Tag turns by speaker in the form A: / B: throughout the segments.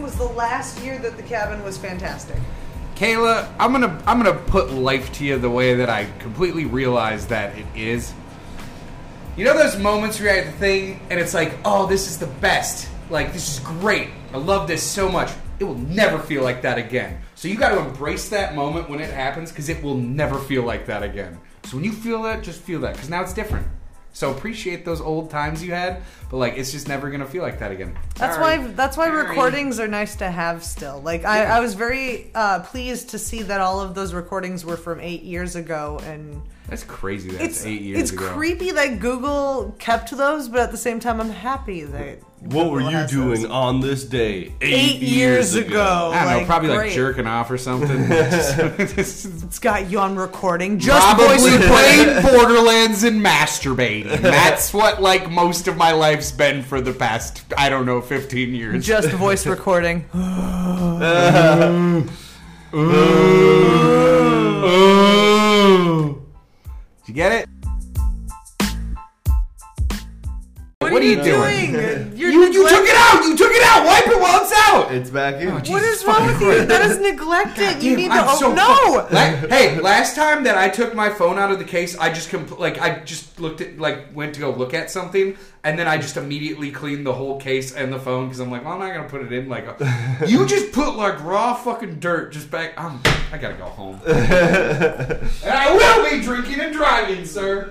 A: was the last year that the cabin was fantastic.
B: Kayla, I'm gonna I'm gonna put life to you the way that I completely realize that it is. You know those moments where you have the thing and it's like, oh, this is the best. Like this is great. I love this so much. It will never feel like that again. So you got to embrace that moment when it happens because it will never feel like that again. So when you feel that, just feel that because now it's different. So appreciate those old times you had, but like it's just never gonna feel like that again.
A: That's
B: Sorry.
A: why that's why
B: Sorry.
A: recordings are nice to have still. Like I, I was very uh, pleased to see that all of those recordings were from eight years ago, and
B: That's crazy. That's
A: it's
B: eight years
A: it's
B: ago.
A: creepy that Google kept those, but at the same time, I'm happy that.
C: What were
A: Google
C: you
A: has
C: doing
A: those.
C: on this day
A: Eight years ago.
B: I don't know,
A: Like,
B: probably like
A: great.
B: jerking off or something. Just-
A: It's got you on recording. Just voice
B: probably
A: record-
B: playing Borderlands and masturbating. That's what like most of my life's been for the past I don't know 15 years.
A: Just voice recording.
B: Ooh. Did you get it? What, are you, doing?
A: You're
B: You, you took it out. You took it out. Wipe it while it's out.
D: It's back in.
A: What
B: Oh, Jesus
A: is wrong with
B: fucking
A: you?
B: Christ.
A: That is neglected. You
B: Dude,
A: need
B: I'm
A: to.
B: so
A: oh, no.
B: fucking- La- hey, last time that I took my phone out of the case, I just compl- like I just looked at like went to go look at something, and then I just immediately cleaned the whole case and the phone because I'm like, well, I'm not gonna put it in. Like, a- you just put like raw fucking dirt just back. I'm, I gotta go home, and I will be drinking and driving, sir.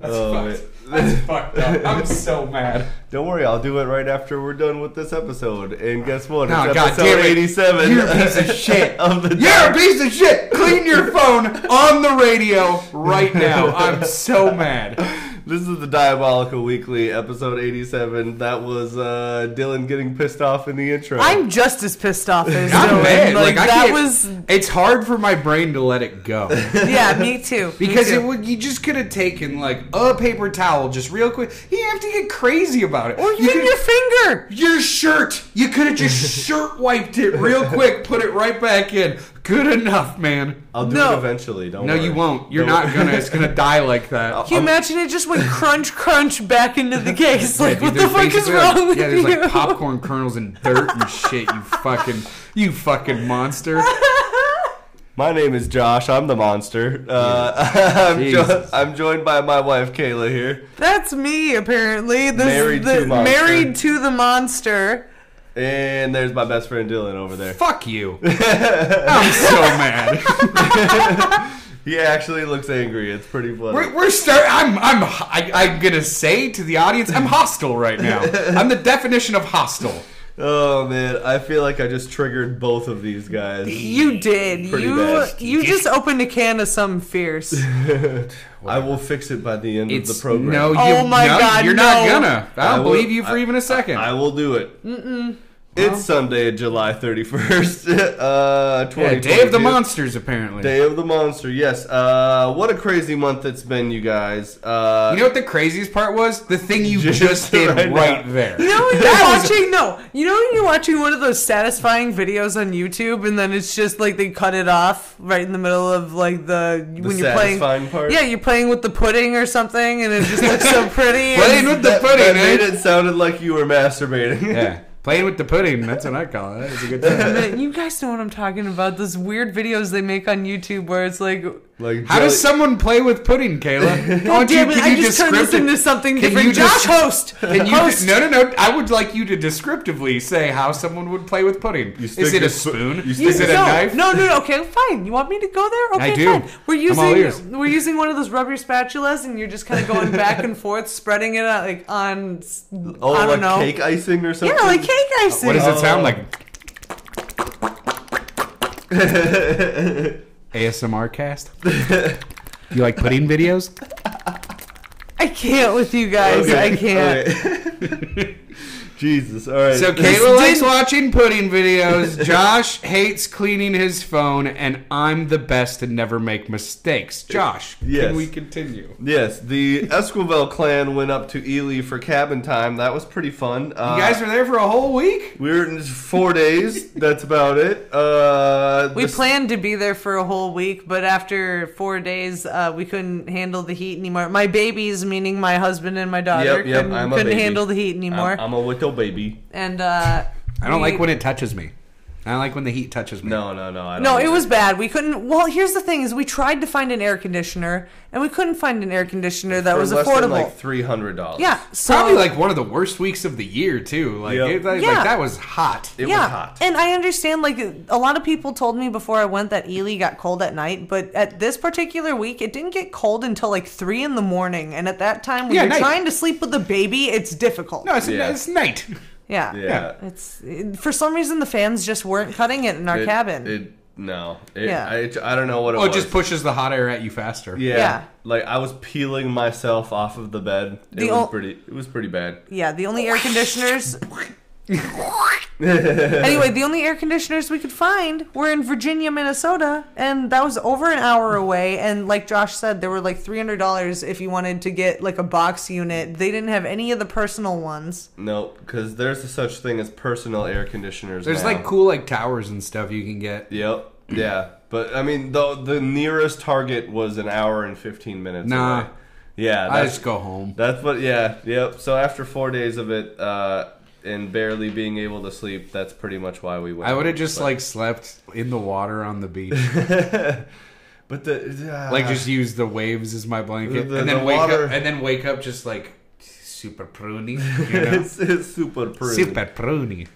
B: That's
D: Oh,
B: fucked. That's fucked up. I'm so mad.
D: Don't worry, I'll do it right after we're done with this episode. And guess what? It's
B: No,
D: episode
B: Oh, God damn it.
D: 87.
B: You're a piece of shit.
D: of the
B: You're a piece of shit. Clean your phone on the radio right now. I'm so mad.
D: This is the Diabolical Weekly, episode 87. That was uh, Dylan getting pissed off in the intro.
A: I'm just as pissed off as
B: I'm
A: Dylan.
B: mad. Like, I
A: that
B: can't,
A: was.
B: It's hard for my brain to let it go
A: Yeah, me too. Me
B: because
A: too.
B: it would. You just could have taken like a paper towel, just real quick. You didn't have to get crazy about it.
A: Or
B: you
A: even
B: could-
A: your finger.
B: your shirt. You could have just shirt wiped it real quick, put it right back in. Good enough, man.
D: I'll do
A: No.
D: it eventually. Don't
B: No,
D: worry.
B: you won't. You're
D: Don't-
B: not gonna. It's gonna die like that.
A: Can you imagine it just went crunch, crunch back into the case? Like,
B: Yeah,
A: what
B: dude,
A: the
B: there's
A: fuck is
B: basically,
A: wrong
B: like,
A: with
B: yeah, there's
A: you?
B: like popcorn kernels and dirt and shit. You fucking, you fucking monster.
D: My name is Josh. I'm the monster. Uh, I'm, jo-
B: Jesus.
D: I'm joined by my wife, Kayla, here.
A: That's me, apparently. This
D: Married
A: the,
D: to monster.
A: Married to the monster.
D: And there's my best friend, Dylan, over there.
B: Fuck you. I'm so mad.
D: He actually looks angry. It's pretty funny.
B: We're, we're start. I'm. I'm. I, I'm gonna say to the audience, I'm hostile right now. I'm the definition of hostile.
D: Oh, man. I feel like I just triggered both of these guys.
A: You did.
D: Pretty
A: you
D: bad.
A: you just opened a can of some fierce.
D: I will fix it by the end
B: It's
D: of the program.
B: no. You,
A: Oh my
B: no,
A: God,
B: You're not
A: no.
B: gonna. I
D: I
B: don't
D: will-
B: believe you for
D: I-
B: even a second.
D: I will do it. Mm-mm. It's Sunday, July 31st, uh,
B: yeah,
D: 2022.
B: Day of the Monsters, apparently.
D: Day of the Monster, yes. Uh, what a crazy month it's been, you guys. Uh,
B: you know what the craziest part was? The thing you just,
D: Just
B: did
D: right
B: right,
D: now.
B: there.
A: You know when you're
B: That was-
A: watching no. You know when you're watching one of those satisfying videos on YouTube and then it's just like they cut it off right in the middle of like the, when you're playing
D: satisfying part?
A: Yeah, you're playing with the pudding or something and it just looks so pretty.
B: Playing
A: and-
B: with the
D: that,
B: pudding,
D: that
B: eh?
D: made it sounded like you were masturbating.
B: Yeah, playing with the pudding. That's what I call it. It's a good time.
A: But you guys know what I'm talking about. Those weird videos they make on YouTube where it's like, God
D: like
B: How
D: jelly-
B: does someone play with pudding, Kayla? God
A: damn it, I just turned this into something
B: can
A: different.
B: you
A: Josh
B: just-
A: host.
B: Can you
A: host.
B: no, no, no. I would like you to descriptively say how someone would play with pudding.
D: You stick
B: Is it
D: your
B: a
D: fo-
B: spoon?
D: you stick-
A: You-
B: Is it a
A: no,
B: knife?
A: No, no, no. Okay, fine. You want me to go there?
B: I
A: Okay,
B: do.
A: fine. We're
B: I'm all ears.
A: using we're using one of those rubber spatulas, and you're just kind of going back and forth, spreading it out like on. s-
D: oh,
A: I don't
D: like
A: know.
D: cake icing or
A: yeah,
D: something?
A: like cake icing.
B: What does it
D: Oh.
B: sound like? ASMR cast. you like pudding videos?
A: I can't with you guys. I can't.
D: okay. Jesus, all right.
B: So Kayla likes watching pudding videos. Josh hates cleaning his phone, and I'm the best to never make mistakes. Josh,
D: Yes.
B: can we continue?
D: yes, the Esquivel clan went up to Ely for cabin time. That was pretty fun. Uh,
B: You guys were there for a whole week.
D: We were in four days. That's about it. Uh,
A: We
D: the-
A: planned to be there for a whole week, but after four days, uh, we couldn't handle the heat anymore. My babies, meaning my husbaby and my daughter,
D: Yep, yep,
A: couldn't,
D: I'm a
A: couldn't
D: baby.
A: handle the heat
D: I'm-
A: anymore.
D: I'm, a little baby.
A: and uh,
B: I don't like when it touches me. I don't like when the heat touches me.
D: No, no, no. I don't
A: No,
D: like
A: it was bad. We couldn't. Well, here's the thing: is we tried to find an air conditioner, and we couldn't find an air conditioner that
D: For
A: was
D: less
A: affordable.
D: Than like three hundred dollars.
A: yeah, so
B: Probably like one of the worst weeks of the year too. Like,
D: Yep.
B: it- like,
A: Yeah.
B: like, that was hot.
D: It
A: yeah,
D: was hot.
A: and I understand. Like a lot of people told me before I went that Ely got cold at night, but at this particular week, it didn't get cold until like three in the morning. And at that time, when
B: Yeah,
A: you're
B: night.
A: trying to sleep with a baby, it's difficult.
B: no, it's,
D: Yeah.
B: it's night.
A: Yeah.
D: yeah.
A: It's for some reason the fans just weren't cutting it in our
D: It-
A: cabin.
D: It no. It,
A: Yeah.
D: I, I don't know what it
B: Oh, it
D: was.
B: just pushes the hot air at you faster.
D: yeah.
A: Yeah.
D: Like I was peeling myself off of the bed. It
A: The
D: was
A: ol-
D: pretty. It was pretty bad.
A: yeah, the only air conditioners. anyway, the only air conditioners we could find were in Virginia, Minnesota, and that was over an hour away. And like Josh said, there were like three hundred dollars if you wanted to get like a box unit. They didn't have any of the personal ones.
D: No, because there's a such thing as personal air conditioners.
B: There's
D: now.
B: like cool like towers and stuff you can get.
D: Yep. Yeah. But I mean, though the nearest Target was an hour and fifteen minutes.
B: Nah.
D: Away. Yeah.
B: I
D: That's,
B: just go home.
D: that's what. Yeah. Yep. So after four days of it. uh and barely being able to sleep. That's pretty much why we went.
B: I would have
D: home.
B: just
D: But-
B: like slept in the water on the beach.
D: but the
B: like just use the waves as my blanket
D: The-
B: and then
D: the
B: wake
D: water-
B: up and then wake up just like super pruny. You know?
D: it's, it's super prune.
B: super pruny.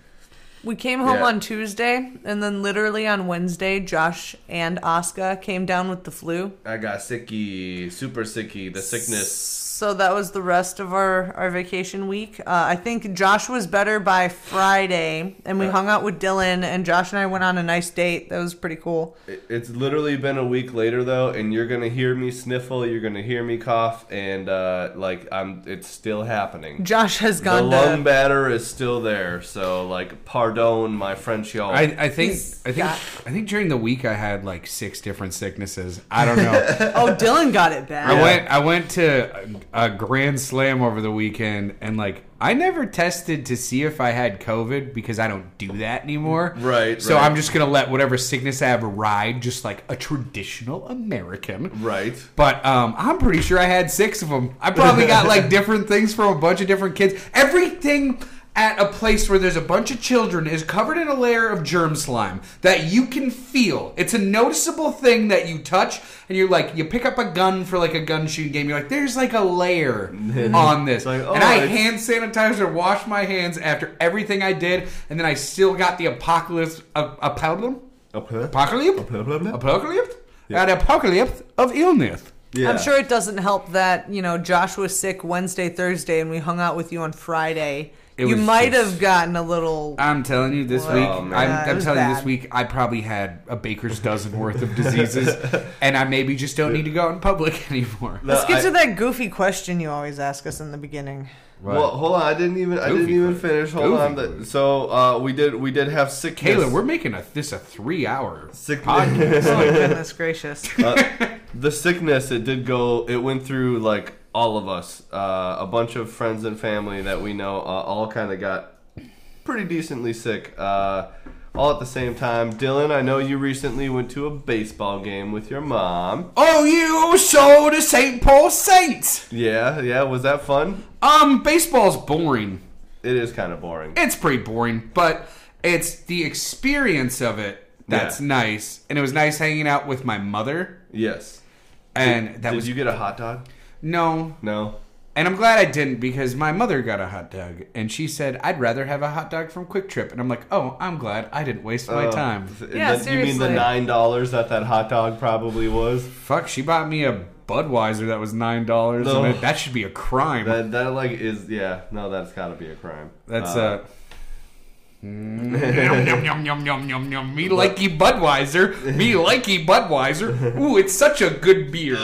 A: We came home
D: Yeah.
A: on Tuesday, and then literally on Wednesday, Josh and Oscar came down with the flu.
D: I got sicky, super sicky, the sickness.
A: So that was the rest of our, our vacation week. Uh, I think Josh was better by Friday, and we hung out with Dylan, and Josh and I went on a nice date. That was pretty cool.
D: It- It's literally been a week later though, and you're gonna hear me sniffle, you're gonna hear me cough, and uh, like I'm, it's still happening.
A: Josh has
D: The
A: gone
D: lung
A: to.
D: batter is still there, so like, pardon my French y'all.
B: I, I think
A: He's
B: I think
A: got-
B: I think during the week I had like six different sicknesses. I don't know.
A: Oh, Dylan got it
B: I
A: bad.
B: went I went to a grand slam over the weekend and like I never tested to see if I had COVID because I don't do that anymore.
D: Right,
B: So
D: right.
B: I'm just gonna let whatever sickness I have ride, just like a traditional American.
D: right.
B: But um, I'm pretty sure I had six of them. I probably got like different things from a bunch of different kids. Everything at a place where there's a bunch of children is covered in a layer of germ slime that you can feel. It's a noticeable thing that you touch, and you're like, you pick up a gun for like a gun shooting game. You're like, there's like a layer on this,
D: like, oh,
B: and I
D: it's-
B: hand sanitized or washed my hands after everything I did, and then I still got the apocalypse. A, a problem? Apocalypse? Apocalypse? An apocalypse of illness.
D: Yeah.
A: I'm sure it doesn't help that, you know, Josh was sick Wednesday, Thursday, and we hung out with you on Friday.
B: It
A: you
B: was
A: might
B: just-
A: have gotten a little.
B: I'm telling you this
A: Wow.
B: week.
D: Oh,
B: I'm,
D: man.
A: Yeah, it
B: I'm
A: was
B: telling you this
A: bad.
B: week. I probably had a baker's dozen worth of diseases, and I maybe just don't need to go out in public anymore.
D: No,
A: Let's get
D: I-
A: to that goofy question you always ask us in the beginning.
D: Well, hold on. I didn't even. I didn't
B: Goofy
D: even
B: food.
D: finish. Hold
B: Goofy
D: on. The-
B: food.
D: so uh, we did. We did have sickness.
B: Kayla, we're making a, this a three-hour
D: Sick-
B: podcast.
A: Oh, goodness gracious.
D: the sickness it did go it went through like all of us uh, a bunch of friends and family that we know uh, all kind of got pretty decently sick uh, all at the same time dylan i know you recently went to a baseball game with your mom
B: oh, you sold the St. Paul Saints.
D: yeah yeah was that fun
B: Um, baseball's boring.
D: it is kind of boring
B: It's pretty boring, but it's the experience of it that's
D: Yeah.
B: nice, and it was nice hanging out with my mother.
D: yes
B: And that
D: did
B: was
D: you get a hot dog
B: no,
D: no
B: And I'm glad I didn't because my mother got a hot dog and she said, I'd rather have a hot dog from Quick Trip. And I'm like, oh, I'm glad I didn't waste my
D: Oh.
B: time.
A: Yeah,
D: Then- you mean the
A: seriously.
D: nine dollars that that hot dog probably was
B: Fuck, she bought me a Budweiser that was $9.
D: No.
B: And I- that should be a crime.
D: that that like is yeah no that's gotta be a crime
B: That's
D: Uh,
B: uh, yum, yum, yum, yum, yum, yum, yum. Me likey Budweiser. Me likey Budweiser. Ooh, it's such a good beer.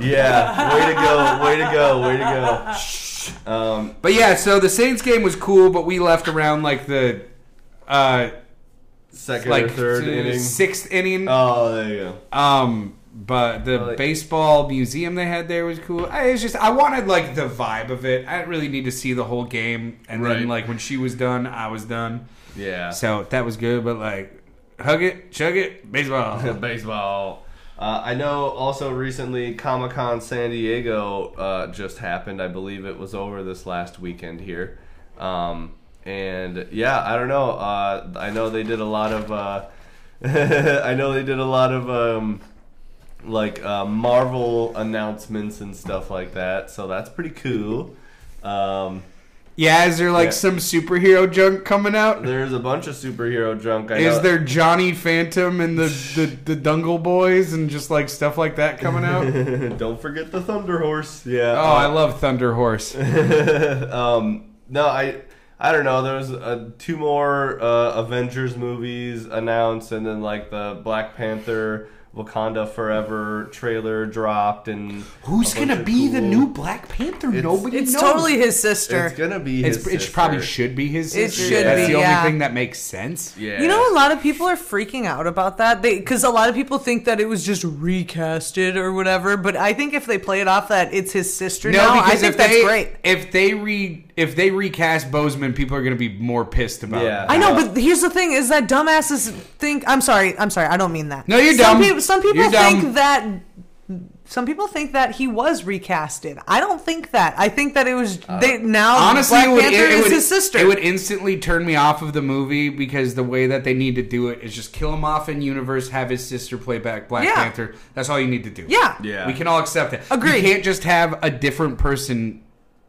D: Yeah, way to go, way to go, way to go. Um,
B: But yeah, so the Saints game was cool, but we left around like the. Uh,
D: second
B: like
D: or third
B: uh,
D: inning.
B: sixth inning.
D: Oh, there you go.
B: Um, but the
D: Like-
B: baseball museum they had there was cool. I, it's just I wanted like the vibe of it. I didn't really need to see the whole game. And
D: Right.
B: then like when she was done, I was done.
D: Yeah.
B: So that was good. But like, hug it, chug it, baseball.
D: Baseball. Uh, I know. Also, recently Comic Con San Diego uh, just happened. I believe it was over this last weekend here, um, and yeah, I don't know. Uh, I know they did a lot of. Uh, I know they did a lot of um, like uh, Marvel announcements and stuff like that. So that's pretty cool. Um,
B: Yeah, is there like
D: Yeah.
B: some superhero junk coming out?
D: there's a bunch of superhero junk. I
B: Is
D: know-
B: there Johnny Phantom and the, the the Dungle Boys and just like stuff like that coming out? oh,
D: don't forget the Thunder Horse. Yeah.
B: I love Thunder Horse.
D: um, no, I I don't know. There was uh, two more uh, Avengers movies announced, and then like the Black Panther, Wakanda Forever trailer dropped, and
B: Who's
D: a bunch
B: gonna
D: of
B: be the
D: cool-
B: new Black Panther?
D: It's-
B: Nobody
A: It's
B: knows.
A: totally his sister.
D: It's gonna be.
B: It's,
D: his
B: it
D: sister.
B: probably should be his.
A: It
B: sister.
A: should
B: That's
A: be,
B: the
A: yeah.
B: only thing that makes sense.
D: Yeah.
A: You know, a lot of people are freaking out about that because a lot of people think that it was just recasted or whatever. But I think if they play it off that it's his sister
B: No,
A: now, I
B: because
A: think
B: if
A: that's
B: they,
A: great.
B: If they re if they recast Bozeman, people are gonna be more pissed about.
D: Yeah.
B: it.
A: I know, but here's the thing: is that dumbasses think. I'm sorry, I'm sorry, I don't mean that.
B: No, you're
A: some
B: dumb.
A: People, some people
B: You're
A: think
B: dumb.
A: that. Some people think that he was recasted. I don't think that. I think that it was they, now.
B: Uh, Honestly,
A: Oh, Black
B: it would,
A: Panther
B: it,
A: is
B: would,
A: his sister.
B: it would instantly turn me off of the movie because the way that they need to do it is just kill him off in universe, have his sister play back Black
A: Yeah.
B: Panther. That's all you need to do.
A: yeah.
D: Yeah.
B: We can all accept it.
A: Agreed.
B: You can't just have a different person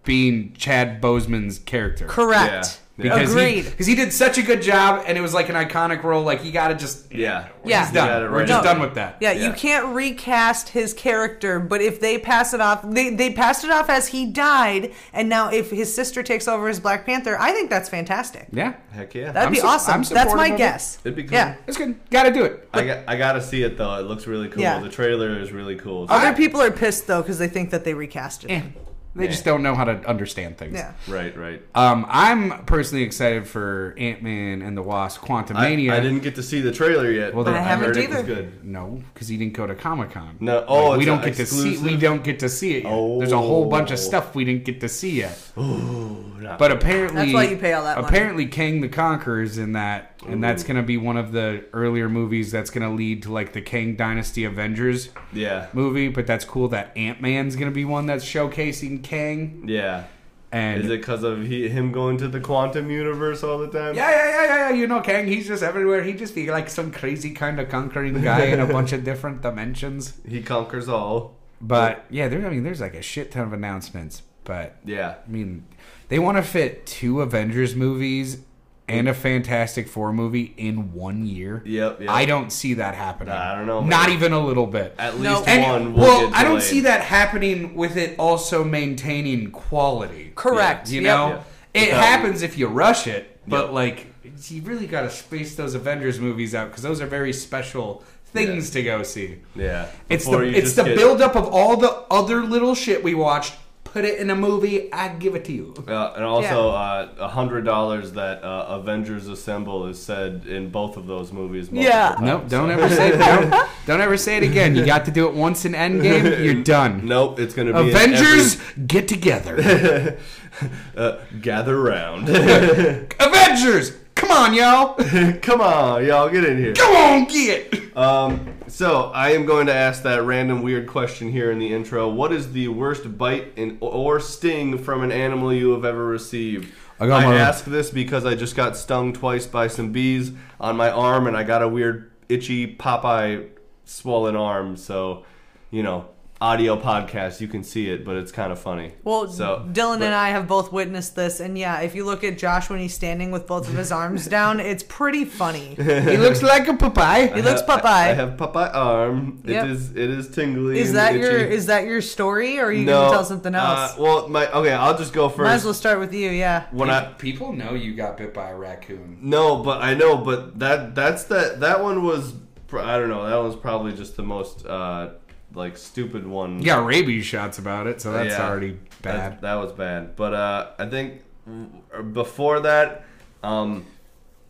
B: being Chad Bozeman's character.
A: Correct.
D: Yeah.
B: Because
A: Agreed.
B: He, 'cause he did such a good job and it was like an iconic role. Like, you gotta just.
D: Yeah.
A: Yeah.
B: He's
A: You
B: done.
D: got it
B: We're
D: right
B: just
D: away.
B: done with that.
A: Yeah, you
D: Yeah.
A: can't recast his character, but if they pass it off, they, they passed it off as he died, and now if his sister takes over as Black Panther, I think that's fantastic.
B: Yeah.
D: Heck yeah.
A: That'd
B: I'm
A: be
B: su-
A: awesome.
B: I'm
A: That's my
B: supportive of it.
A: guess.
D: It'd be cool.
A: Yeah.
B: It's good. Gotta do it.
D: I got, I gotta see it though. It looks really cool.
A: Yeah.
D: The trailer is really cool.
A: Other people are pissed though because they think that they recasted
B: Eh.
A: him.
B: They just don't know how to understand things.
A: Yeah.
D: right, right.
B: Um, I'm personally excited for Ant Man and the Wasp: Quantum
D: I, I
B: Mania.
D: didn't get to see the trailer yet.
B: Well,
D: but
B: then- I haven't
D: heard it was
A: either.
D: good.
B: No, because he didn't go to Comic Con.
D: No, oh,
B: we
D: it's
B: don't
D: not
B: get to see. We
D: exclusive? Oh.
B: don't get to see it. Yet. There's a whole bunch of stuff we didn't get to see yet. but apparently,
A: That's why you pay all that money.
B: Apparently, Kang the Conqueror is in that, and that's going to be one of the earlier movies that's going to lead to like the Kang Dynasty Avengers
D: Yeah.
B: movie. But that's cool that Ant Man's going to be one that's showcasing Kang.
D: Yeah.
B: And
D: Is it because of he, him going to the quantum universe all the time?
B: Yeah, yeah, yeah, yeah, yeah. You know, Kang, he's just everywhere. He just be like some crazy kind of conquering guy in a bunch of different dimensions.
D: He conquers all.
B: But yeah, there. I mean, there's like a shit ton of announcements. But
D: Yeah.
B: I mean, they want to fit two Avengers movies and a Fantastic Four movie in one year.
D: Yep, yep.
B: I don't see that happening.
D: Nah, I don't know,
B: Not
D: man.
B: even a little bit.
D: At least
A: No.
B: Oh, And-
D: one will
B: well,
D: get
B: I don't
D: delayed.
B: see that happening with it also maintaining quality.
A: Correct.
B: You
A: Yep.
B: know,
D: Yeah.
B: it
D: Without-
B: happens if you rush it, but
D: Yep.
B: like you really got to space those Avengers movies out because those are very special things to go see.
D: Yeah.
B: It's
D: Before you
B: the it's
D: just
B: the
D: get-
B: buildup of all the other little shit we watched. Put it in a movie, I give it to you.
D: Uh, and also, uh a hundred dollars that uh, Avengers Assemble is said in both of those movies. multiple
A: Yeah.
D: times.
B: Nope, don't ever say don't, don't ever say it again. You got to do it once in Endgame. You're done.
D: Nope. It's gonna be in
B: Avengers get together.
D: every- uh, gather round.
B: Avengers! Come on, y'all!
D: Come on, y'all, get in here.
B: Come on, get!
D: Um, so I am going to ask that random weird question here in the intro. What is the worst bite and or sting from an animal you have ever received?
B: I got
D: I
B: my-
D: ask this because I just got stung twice by some bees on my arm, and I got a weird itchy Popeye swollen arm. So, you know, audio podcast, you can see it, but it's kind of funny.
A: Well,
D: so
A: Dylan
D: but-
A: and I have both witnessed this, and yeah, if you look at Josh when he's standing with both of his arms down, it's pretty funny. He
B: He looks like a Popeye.
A: looks Popeye.
D: I have Popeye arm.
A: Yep.
D: It is it is tingly.
A: is
D: and
A: that your
D: itchy.
A: is that your story, or are you
D: no,
A: gonna tell something else?
D: Uh, well, my okay, I'll just go first.
A: Might as well start with you. Yeah.
D: when I
B: People know you got bit by a raccoon.
D: No, but I know, but that that's that that one was pr- I don't know that one's probably just the most uh like stupid one.
B: You got rabies shots about it, so that's
D: Yeah.
B: already
D: That,
B: bad.
D: that was bad. But uh, I think mm, before that, um,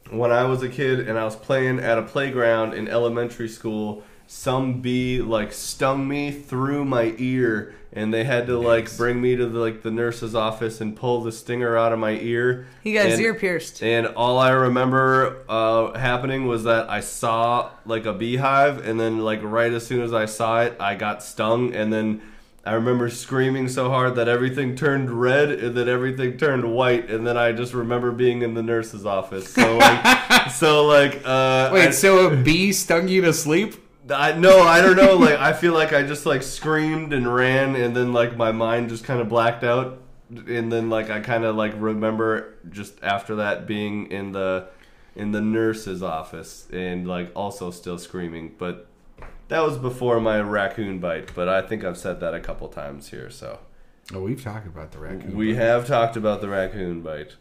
D: when I was a kid and I was playing at a playground in elementary school, some bee like stung me through my ear, and they had to like bring me to the, like the nurse's office and pull the stinger out of my ear.
A: He got his
D: And-
A: ear pierced.
D: and all I remember uh, happening was that I saw like a beehive, and then like right as soon as I saw it, I got stung, and then I remember screaming so hard that everything turned red and then everything turned white, and then I just remember being in the nurse's office. So like, so like, uh, I-
B: Wait, so a bee stung you to sleep?
D: I no, I don't know. Like I feel like I just like screamed and ran, and then like my mind just kind of blacked out, and then like I kind of like remember just after that being in the in the nurse's office and like also still screaming, but that was before my raccoon bite. But I think I've said that a couple times here, so
B: Oh, we've talked about the raccoon.
D: we have talked about the raccoon bite.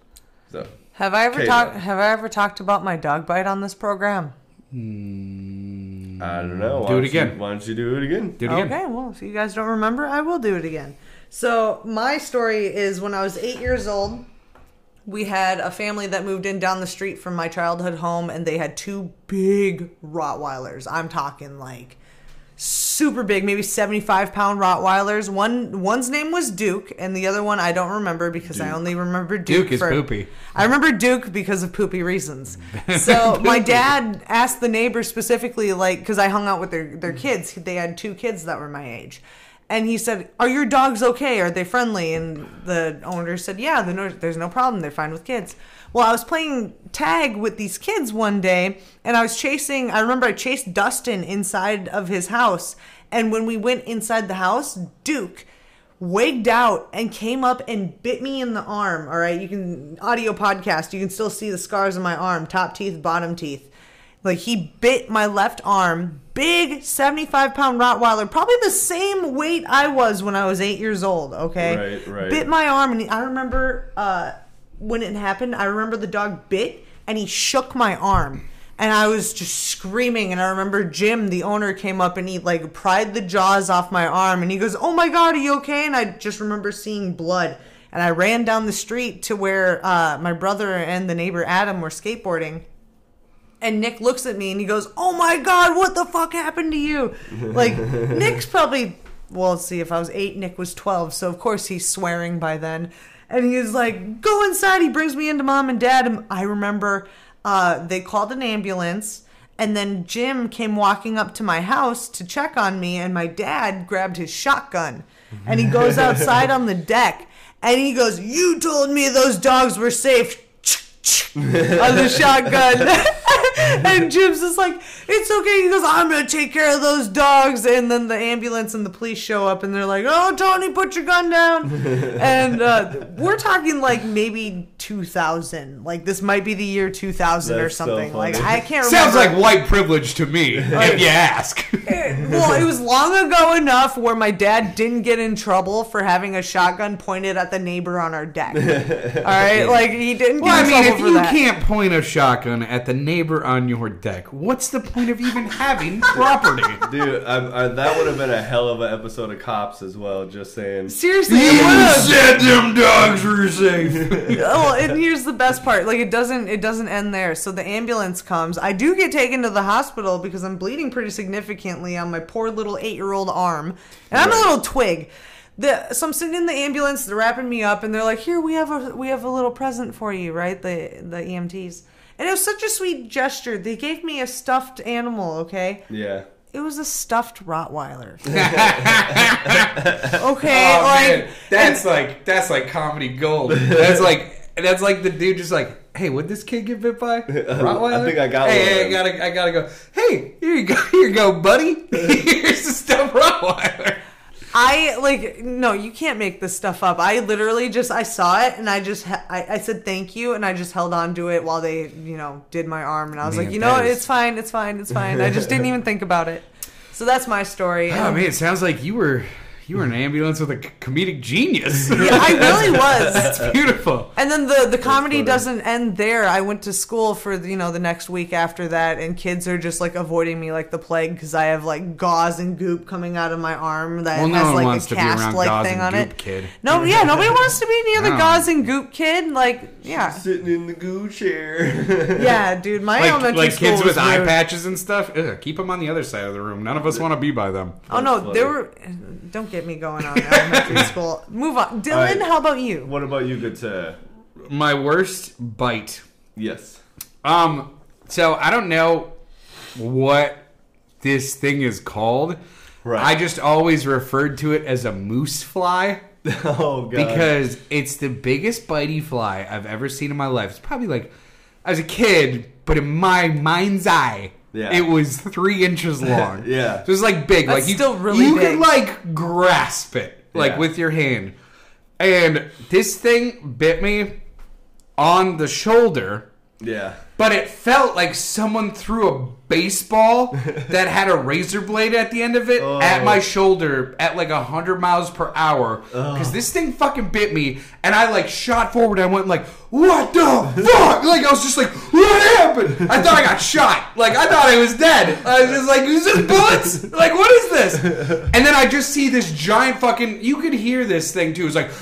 D: So
A: Have I ever
D: Kayla.
A: talked? Have I ever talked about my dog bite on this program?
D: I don't know. Why
B: Do it
D: don't you-
B: again.
D: why don't you do it again?
B: Dude, Mm. again.
A: Okay, well, if you guys don't remember, I will do it again. So, my story is when I was eight years old, we had a family that moved in down the street from my childhood home, and they had two big Rottweilers. I'm talking like super big, maybe 75 pound Rottweilers. One One's name was Duke, and the other one I don't remember because I only remember Duke.
B: Duke is poopy.
A: I remember Duke because of poopy reasons. So my dad asked the neighbor specifically, like, because I hung out with their their kids. They had two kids that were my age, and he said, "Are your dogs okay? Are they friendly?" And the owner said, "Yeah, the no- there's no problem. They're fine with kids." Well, I was playing tag with these kids one day, and I was chasing. I remember I chased Dustin inside of his house, and when we went inside the house, Duke wigged out and came up and bit me in the arm. All right, you can audio podcast. You can still see the scars on my arm, top teeth, bottom teeth. Like he bit my left arm. Big 75 pound Rottweiler, probably the same weight I was when I was eight years old. Okay,
D: Right, right.
A: Bit my arm, and I remember uh, when it happened. I remember the dog bit, and he shook my arm. And I was just screaming, and I remember Jim, the owner, came up and he like pried the jaws off my arm, and he goes, "Oh my god, are you okay?" And I just remember seeing blood, and I ran down the street to where uh, my brother and the neighbor Adam were skateboarding, and Nick looks at me and he goes, "Oh my god, what the fuck happened to you?" Like Nick's probably well, let's see if I was 8, Nick was 12, so of course he's swearing by then. And he's like, "Go inside." He brings me into mom and dad. And I remember uh, they called an ambulance and then Jim came walking up to my house to check on me, and my dad grabbed his shotgun and he goes outside on the deck and he goes, You told me those dogs were safe on the shotgun. and Jim's just like, It's okay. He goes, I'm going to take care of those dogs. And then the ambulance and the police show up and they're like, Oh, Tony, put your gun down. and uh, we're talking like maybe 2000. Like this might be the year 2000 or
D: That's so
A: something. like,
D: funny.
A: I can't remember.
B: Sounds like white privilege to me, if you ask.
A: well, it was long ago enough where my dad didn't get in trouble for having a shotgun pointed at the neighbor on our deck. All right, like he didn't get
B: Well, I
A: in
B: mean,
A: trouble
B: if
A: for
B: you
A: that.
B: can't point a shotgun at the neighbor on your deck, what's the point of even having property?
D: Dude, I, I, that would have been a hell of an episode of Cops as well. Just saying.
A: Seriously, it would've-
B: said them dogs were safe.
A: well, and here's the best part. Like it doesn't it doesn't end there. So the ambulance comes. I do get taken to the hospital because I'm bleeding pretty significantly on my poor little 8-year-old arm. And I'm a little twig. The, so I'm sitting in the ambulance, they're wrapping me up and they're like, "Here, we have a we have a little present for you, right? The the EMTs." And it was such a sweet gesture. They gave me a stuffed animal, okay?
D: Yeah.
A: It was a stuffed Rottweiler. okay,
B: Oh,
A: like
B: man. that's like that's like comedy gold. That's like that's like the dude just like, hey, would this kid get bit by a Rottweiler?
D: I think I got
B: hey,
D: one of
B: Hey, I
D: them."
B: gotta, I gotta go. Hey, here you go, here you go, buddy. Here's the stuffed Rottweiler.
A: I like no, you can't make this stuff up. I literally just I saw it and I just ha- I, I said thank you and I just held on to it while they you know did my arm and I was
B: Man,
A: like you know
B: that is-
A: it's fine it's fine it's fine. I just didn't even think about it. So that's my story.
B: Oh man, it sounds like you were you were in an ambulance with a c- comedic genius.
A: Yeah, I really was.
B: That's beautiful.
A: And then the, the comedy
D: funny.
A: doesn't end there. I went to school for you know the next week after that, and kids are just like avoiding me like the plague because I have like gauze and goop coming out of my arm that
B: Well, no
A: has
B: one
A: like
B: wants
A: a
B: to be
A: cast
B: around
A: like
B: gauze
A: thing
B: and
A: on
B: goop
A: it.
B: kid.
A: No, yeah, nobody wants to be near the
B: No.
A: gauze and goop kid. Like, yeah,
D: Sitting in the goo chair.
A: yeah, dude. My
B: Like,
A: elementary
B: like
A: school
B: kids
A: was
B: with eye
A: rude.
B: patches and stuff. Ugh, keep them on the other side of the room. None of us want to be by them.
A: Oh no,
D: That's
A: there
D: funny.
A: were. Don't get me going on elementary school. Move on, Dylan.
D: right.
A: How about you?
D: what about you, good sir?
B: My worst bite.
D: Yes.
B: Um, so I don't know what this thing is called,
D: Right.
B: I just always referred to it as a moose fly
D: oh god.
B: because it's the biggest bitey fly I've ever seen in my life. It's probably like as a kid, but in my mind's eye,
D: Yeah.
B: it was three inches long.
D: Yeah.
B: so it's like big.
A: That's
B: like you,
A: still really
B: you
A: big.
B: could like grasp it like
D: Yeah.
B: with your hand. And this thing bit me on the shoulder.
D: yeah.
B: But it felt like someone threw a baseball that had a razor blade at the end of it at my shoulder at like 100 miles per hour. Because this thing fucking bit me and I like shot forward. I went like, what the fuck? Like I was just like, what happened? I thought I got shot. Like I thought I was dead. I was just like, is this bullets? Like what is this? And then I just see this giant fucking, you could hear this thing too. It's like,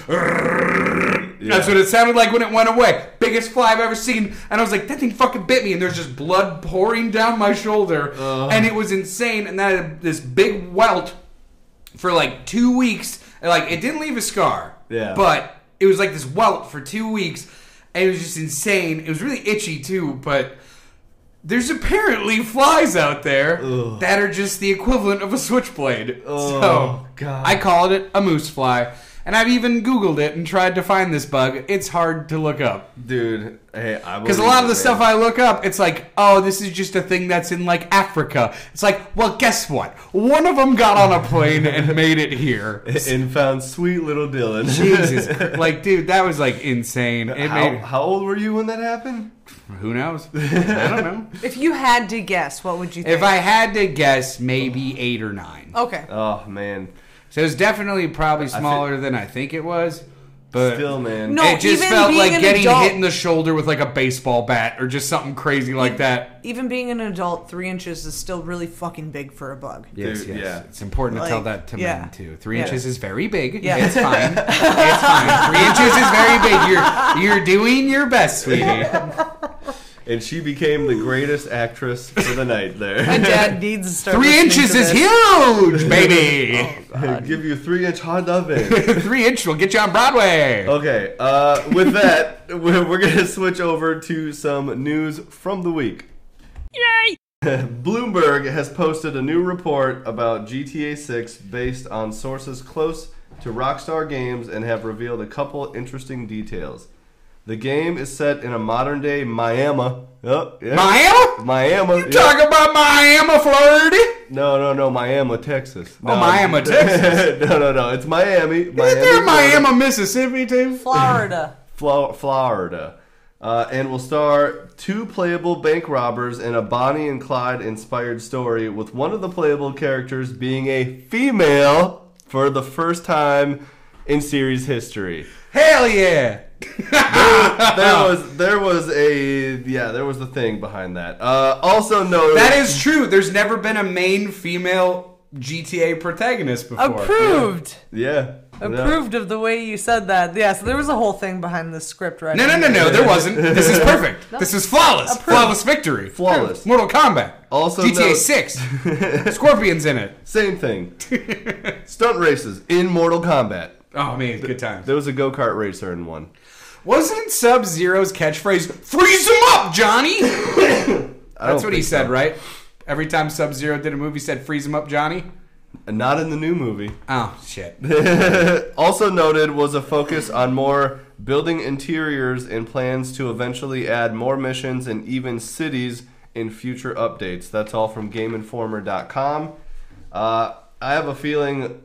B: that's what it sounded like when it went away. Biggest fly I've ever seen. And I was like, that thing fucking bit me. And there's just blood pouring down my shoulder. And it was insane. And then I had this big welt for like two weeks. And like, it didn't leave a scar.
D: Yeah.
B: But it was like this welt for two weeks. And it was just insane. It was really itchy too. But there's apparently flies out there that are just the equivalent of a switchblade. so
D: Oh, God.
B: I called it a moose fly. And I've even Googled it and tried to find this bug. It's hard to look up.
D: Dude, hey, I
B: Because a lot of the stuff I look up, it's like, oh, this is just a thing that's in like Africa. It's like, well, guess what? One of them got on a plane and made it here.
D: and found sweet little Dylan.
B: Jesus, Christ. like, dude, that was like insane. It
D: How,
B: made
D: how old were you when that happened?
B: who knows? I don't know.
A: If you had to guess, what would you think?
B: If I had to guess, maybe eight or nine.
A: okay.
D: Oh man,
B: So it's definitely probably smaller than I think it was, but
D: still man.
A: No.
B: it just
A: even
B: felt
A: being
B: like
A: an
B: getting
A: adult-
B: hit in the shoulder with like a baseball bat or just something crazy like that.
A: Even being an adult, three inches is still really fucking big for a bug.
B: Yes,
D: Dude,
B: yes.
D: yeah.
B: It's important to tell
A: Like,
B: that to
A: yeah.
B: men too. Three
A: Yeah.
B: inches is very big.
A: Yeah.
B: It's fine. It's fine. Three inches is very big. You're you're doing your best, sweetie.
D: And she became the greatest actress for the night
A: My
D: there.
A: dad needs to start.
B: Three
A: listening
B: inches
A: to
B: is
A: this.
B: huge, baby.
D: Give you a three inch hot oven.
A: Oh.
B: Three inch will get you on Broadway.
D: Okay, uh, with that, we're, we're going to switch over to some news from the week. Yay! Bloomberg has posted a new report about GTA 6 based on sources close to Rockstar Games and have revealed a couple interesting details. The game is set in a modern day Miami. Oh, yeah.
B: Miami?
D: Miami. yeah.
B: Talk about Miami, Florida.
D: No, no, no, Miami, Texas. No,
B: Oh, Miami, Texis.
D: no, no, no. It's Miami. Miami,
B: Is there
D: Florida.
B: Miami, Mississippi too?
A: Florida.
D: Flo- Florida, uh, and will star two playable bank robbers in a Bonnie and Clyde inspired story, with one of the playable characters being a female for the first time in series history.
B: Hell yeah!
D: There was there was a yeah there was the thing behind that. Uh, also noted
B: That is true. There's never been a main female GTA protagonist before.
A: Approved.
D: yeah no.
A: Approved of the way you said that. Yeah, so there was a whole thing behind the script, right?
B: No, no, no, no. There wasn't. This is perfect. This is flawless. Flawless victory.
D: Flawless.
B: Mortal Kombat.
D: Also
B: GTA
D: note-
B: Six. Scorpions in it.
D: same thing. Stunt races in Mortal Kombat.
B: Oh man, good times.
D: There was a go kart racer in one.
B: Wasn't Sub Zero's catchphrase "Freeze him up, Johnny"? That's what he
D: think
B: said,
D: so.
B: right? Every time Sub Zero did a movie, he said "Freeze him up, Johnny."
D: Not in the new movie.
B: Oh shit.
D: also noted was a focus on more building interiors and plans to eventually add more missions and even cities in future updates. That's all from GameInformer.com. Uh, I have a feeling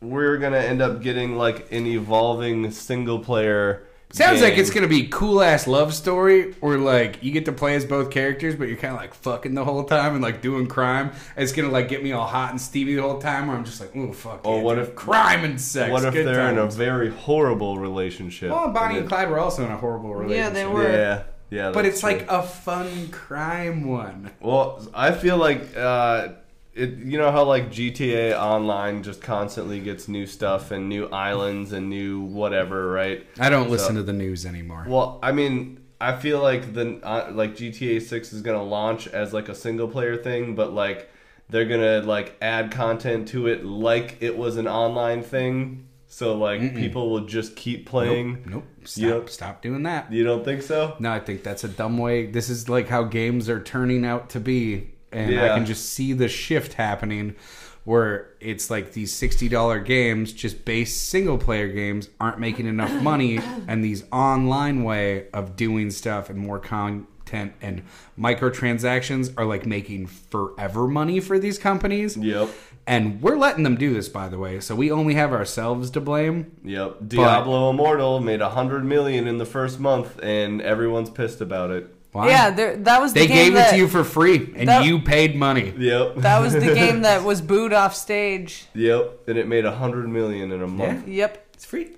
D: we're gonna end up getting like an evolving single player.
B: Sounds like
D: game.
B: it's gonna be cool ass love story, or like you get to play as both characters, but you're kind of like fucking the whole time and like doing crime. It's gonna like get me all hot and steamy the whole time, where I'm just like, ooh, fuck.
D: Or
B: yeah,
D: what
B: dude.
D: if-
B: crime and sex?
D: What if
B: Good
D: they're in a
B: times.
D: very horrible relationship?
B: Well, Bonnie and
D: Yeah,
B: Clyde were also in a horrible relationship.
A: Yeah, they were.
D: yeah, yeah.
B: But
D: that's
B: it's
D: true.
B: like a fun crime one.
D: Well, I feel like uh, it. You know how like GTA Online just constantly gets new stuff and new islands and new whatever, right?
B: I don't listen to the news anymore.
D: Well, I mean, I feel like the uh, like GTA Six is gonna launch as like a single player thing, but like they're gonna like add content to it like it was an online thing. So like people will just keep playing.
B: nope. Stop.
D: You don't,
B: Stop doing that.
D: you don't think so?
B: No, I think that's a dumb way. This is like how games are turning out to be, and I
D: Yeah.
B: can just see the shift happening. where it's like these $60 games, just base single player games, aren't making enough money, and these online way of doing stuff and more content and microtransactions are like making forever money for these companies.
D: Yep.
B: And we're letting them do this, by the way, so we only have ourselves to blame.
D: Yep. Diablo Immortal made a hundred million in the first month, and everyone's pissed about it.
B: Why?
A: Yeah, there, that was the
B: They
A: game
B: gave
A: that,
B: it to you for free, and
A: that-
B: you paid money.
D: Yep.
A: that was the game that was booed off stage.
D: Yep. And it made a hundred million in a month.
A: Yep.
B: It's free.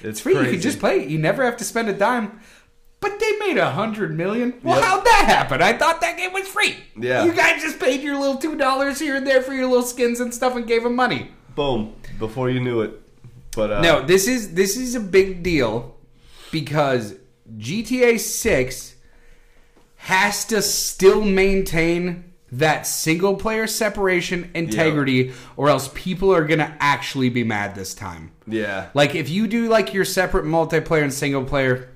D: It's
B: It's free. You
D: Crazy.
B: can just play it. You never have to spend a dime. But they made a hundred million. Well,
D: Yep.
B: how'd that happen? I thought that game was free.
D: Yeah.
B: You guys just paid your little two dollars here and there for your little skins and stuff and gave them money.
D: boom before you knew it. But uh,
B: No, this is this is a big deal because GTA 6 has to still maintain that single player separation integrity or else people are going to actually be mad this time.
D: Yeah.
B: Like if you do like your separate multiplayer and single player,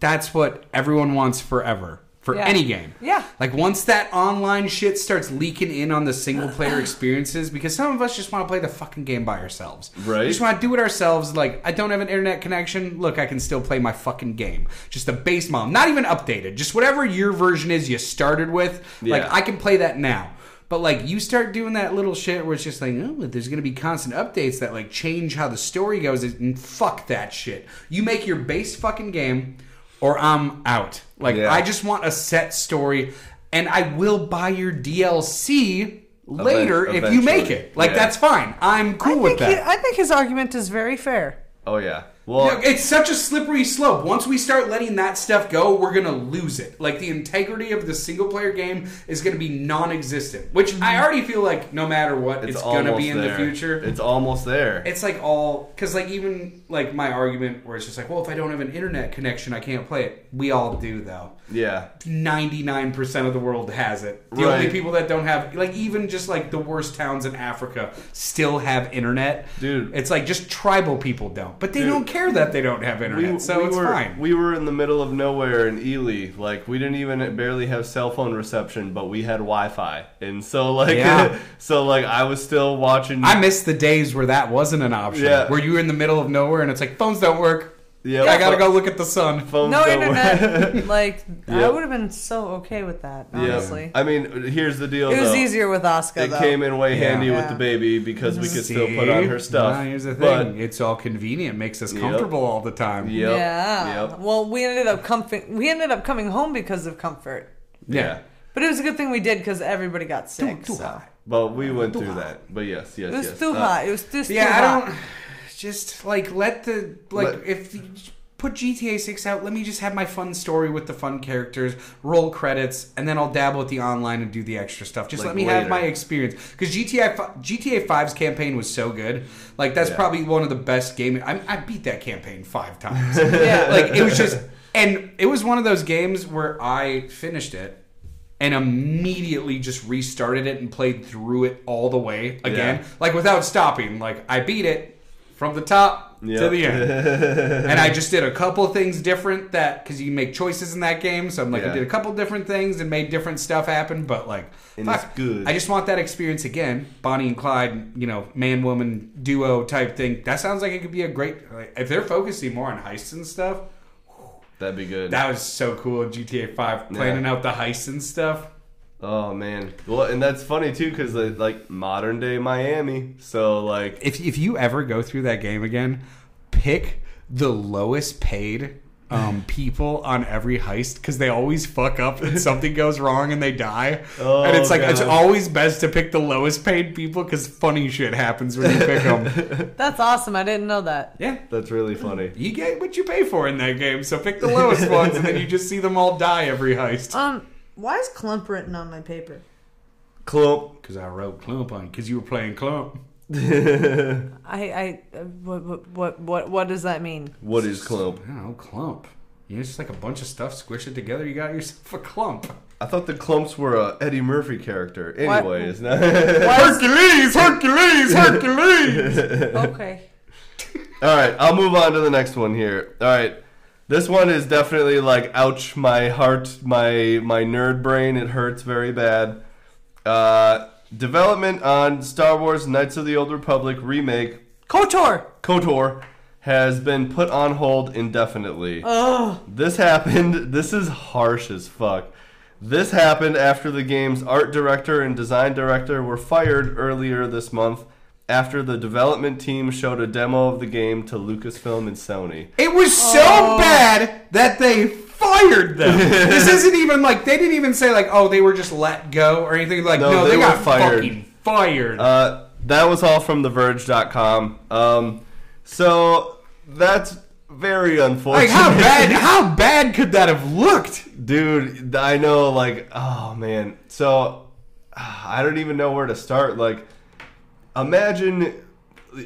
B: that's what everyone wants forever for
A: Yeah.
B: any game.
A: Yeah.
B: Like once that online shit starts leaking in on the single player experiences, because some of us just want to play the fucking game by ourselves.
D: Right.
B: We just want to do it ourselves. Like I don't have an internet connection. Look, I can still play my fucking game. Just the base model, not even updated. Just whatever your version is you started with.
D: Yeah.
B: Like I can play that now. But like you start doing that little shit where it's just like, oh, there's gonna be constant updates that like change how the story goes, and fuck that shit. You make your base fucking game, or I'm out. Like
D: Yeah.
B: I just want a set story, and I will buy your DLC later if you
D: eventually.
B: make it. Like
D: Yeah.
B: that's fine. I'm cool
A: I
B: with
A: think,
B: that.
A: he- I think his argument is very fair.
D: Oh yeah. Well,
B: Look, it's such a slippery slope. Once we start letting that stuff go, we're gonna lose it. Like the integrity of the single player game is gonna be non-existent. Which I already feel like no matter what, it's, gonna be
D: almost
B: in the
D: there.
B: future. It's,
D: It's almost there.
B: like all because like even like my argument where it's just like, well, if I don't have an internet connection, I can't play it. We all do though.
D: yeah.
B: 99% of the world has it. The
D: Right.
B: only people that don't have, like, even just like the worst towns in Africa still have internet.
D: Dude.
B: It's like just tribal people don't. But they
D: Dude.
B: don't care that they don't have internet, so it's
D: were,
B: fine.
D: We were in the middle of nowhere in Ely. Like we didn't even barely have cell phone reception, but we had Wi-Fi, and so like,
B: Yeah.
D: so like I was still watching.
B: I miss the days where that wasn't an option.
D: Yeah.
B: Where you were in the middle of nowhere and it's like, phones don't work.
D: Yeah,
B: I gotta
D: but-
B: go look at the sun.
D: Phones
A: No
D: don't work.
A: internet. like I
D: Yep.
A: would have been so okay with that.
D: Yeah.
A: Honestly,
D: I mean, here's the deal.
A: it was
D: though.
A: easier with Oscar.
D: It
A: though.
D: came in way
B: Yeah.
D: handy with
A: Yeah.
D: the baby because we could still put
B: See?
D: on her stuff.
B: Now, here's the
D: But-
B: thing it's all convenient, makes us comfortable all the time.
D: yep,
A: Yeah.
D: Yep.
A: Well, we ended up comfort. We ended up coming home because of comfort.
D: Yeah.
A: But it was a good thing we did because everybody got sick.
B: Too
A: so.
B: high.
D: But we went through that. But yes, yes,
A: It was
D: yes.
A: too
D: Uh,
A: hot. It was just too
B: Yeah, I
A: hot.
B: don't. Just like let the like
D: Let-
B: if you put GTA Six out, let me just have my fun story with the fun characters, roll credits, and then I'll dabble with the online and do the extra stuff. Just
D: Like
B: let me
D: later.
B: have my experience because GTA fi- GTA 5's campaign was so good. Like that's
D: Yeah.
B: probably one of the best game. I, I beat that campaign five times.
A: Yeah.
B: like it was just, and it was one of those games where I finished it. And immediately just restarted it and played through it all the way again
D: Yeah.
B: like without stopping. Like I beat it from the top to
D: Yep.
B: the end, and I just did a couple things different that because you make choices in that game. So I'm like,
D: Yeah.
B: I did a couple different things and made different stuff happen. But like,
D: And
B: fuck,
D: it's good.
B: I just want that experience again. Bonnie and Clyde, you know, man woman duo type thing. That sounds like it could be a great. Like, if they're focusing more on heists and stuff,
D: That'd be good.
B: that was so cool in GTA Five, planning out the heists and stuff.
D: oh man. Well, and that's funny too because like modern day Miami. So like,
B: if if you ever go through that game again, pick the lowest paid um, people on every heist because they always fuck up and something goes wrong and they die.
D: Oh,
B: and it's like it's
D: God.
B: always best to pick the lowest paid people because funny shit happens when you pick them.
A: That's awesome. I didn't know that.
B: yeah.
D: that's really funny.
B: You get what you pay for in that game, so pick the lowest ones, and then you just see them all die every heist.
A: Um, why is clump written on my paper?
D: Clump.
B: Because I wrote clump on because you were playing clump.
A: I, I, uh, what, what, what, what, what does that mean?
D: What is clump?
B: I don't know, oh, clump. You know, it's just like a bunch of stuff, squish it together, you got yourself a clump.
D: I thought the clumps were a Eddie Murphy character.
A: What?
D: Anyways, all
A: Why is,
B: Hercules, Hercules, Hercules.
A: okay.
D: right. I'll move on to the next one here. All right. This one is definitely like, ouch, my heart, my my nerd brain, it hurts very bad. Uh, Development on Star Wars Knights of the Old Republic remake
A: KOTOR!
D: KOTOR has been put on hold indefinitely. This happened. This is harsh as fuck. This happened after the game's art director and design director were fired earlier this month after the development team showed a demo of the game to Lucasfilm and Sony.
B: It was so
D: Oh.
B: bad that they fired them. this isn't even like they didn't even say like, oh, they were just let go or anything. Like, no,
D: No,
B: they,
D: they were
B: got
D: fired.
B: fucking fired.
D: Uh, that was all from TheVerge.com. Um, so that's very unfortunate.
B: like how bad? How bad could that have looked?
D: dude i know like oh man so i don't even know where to start like imagine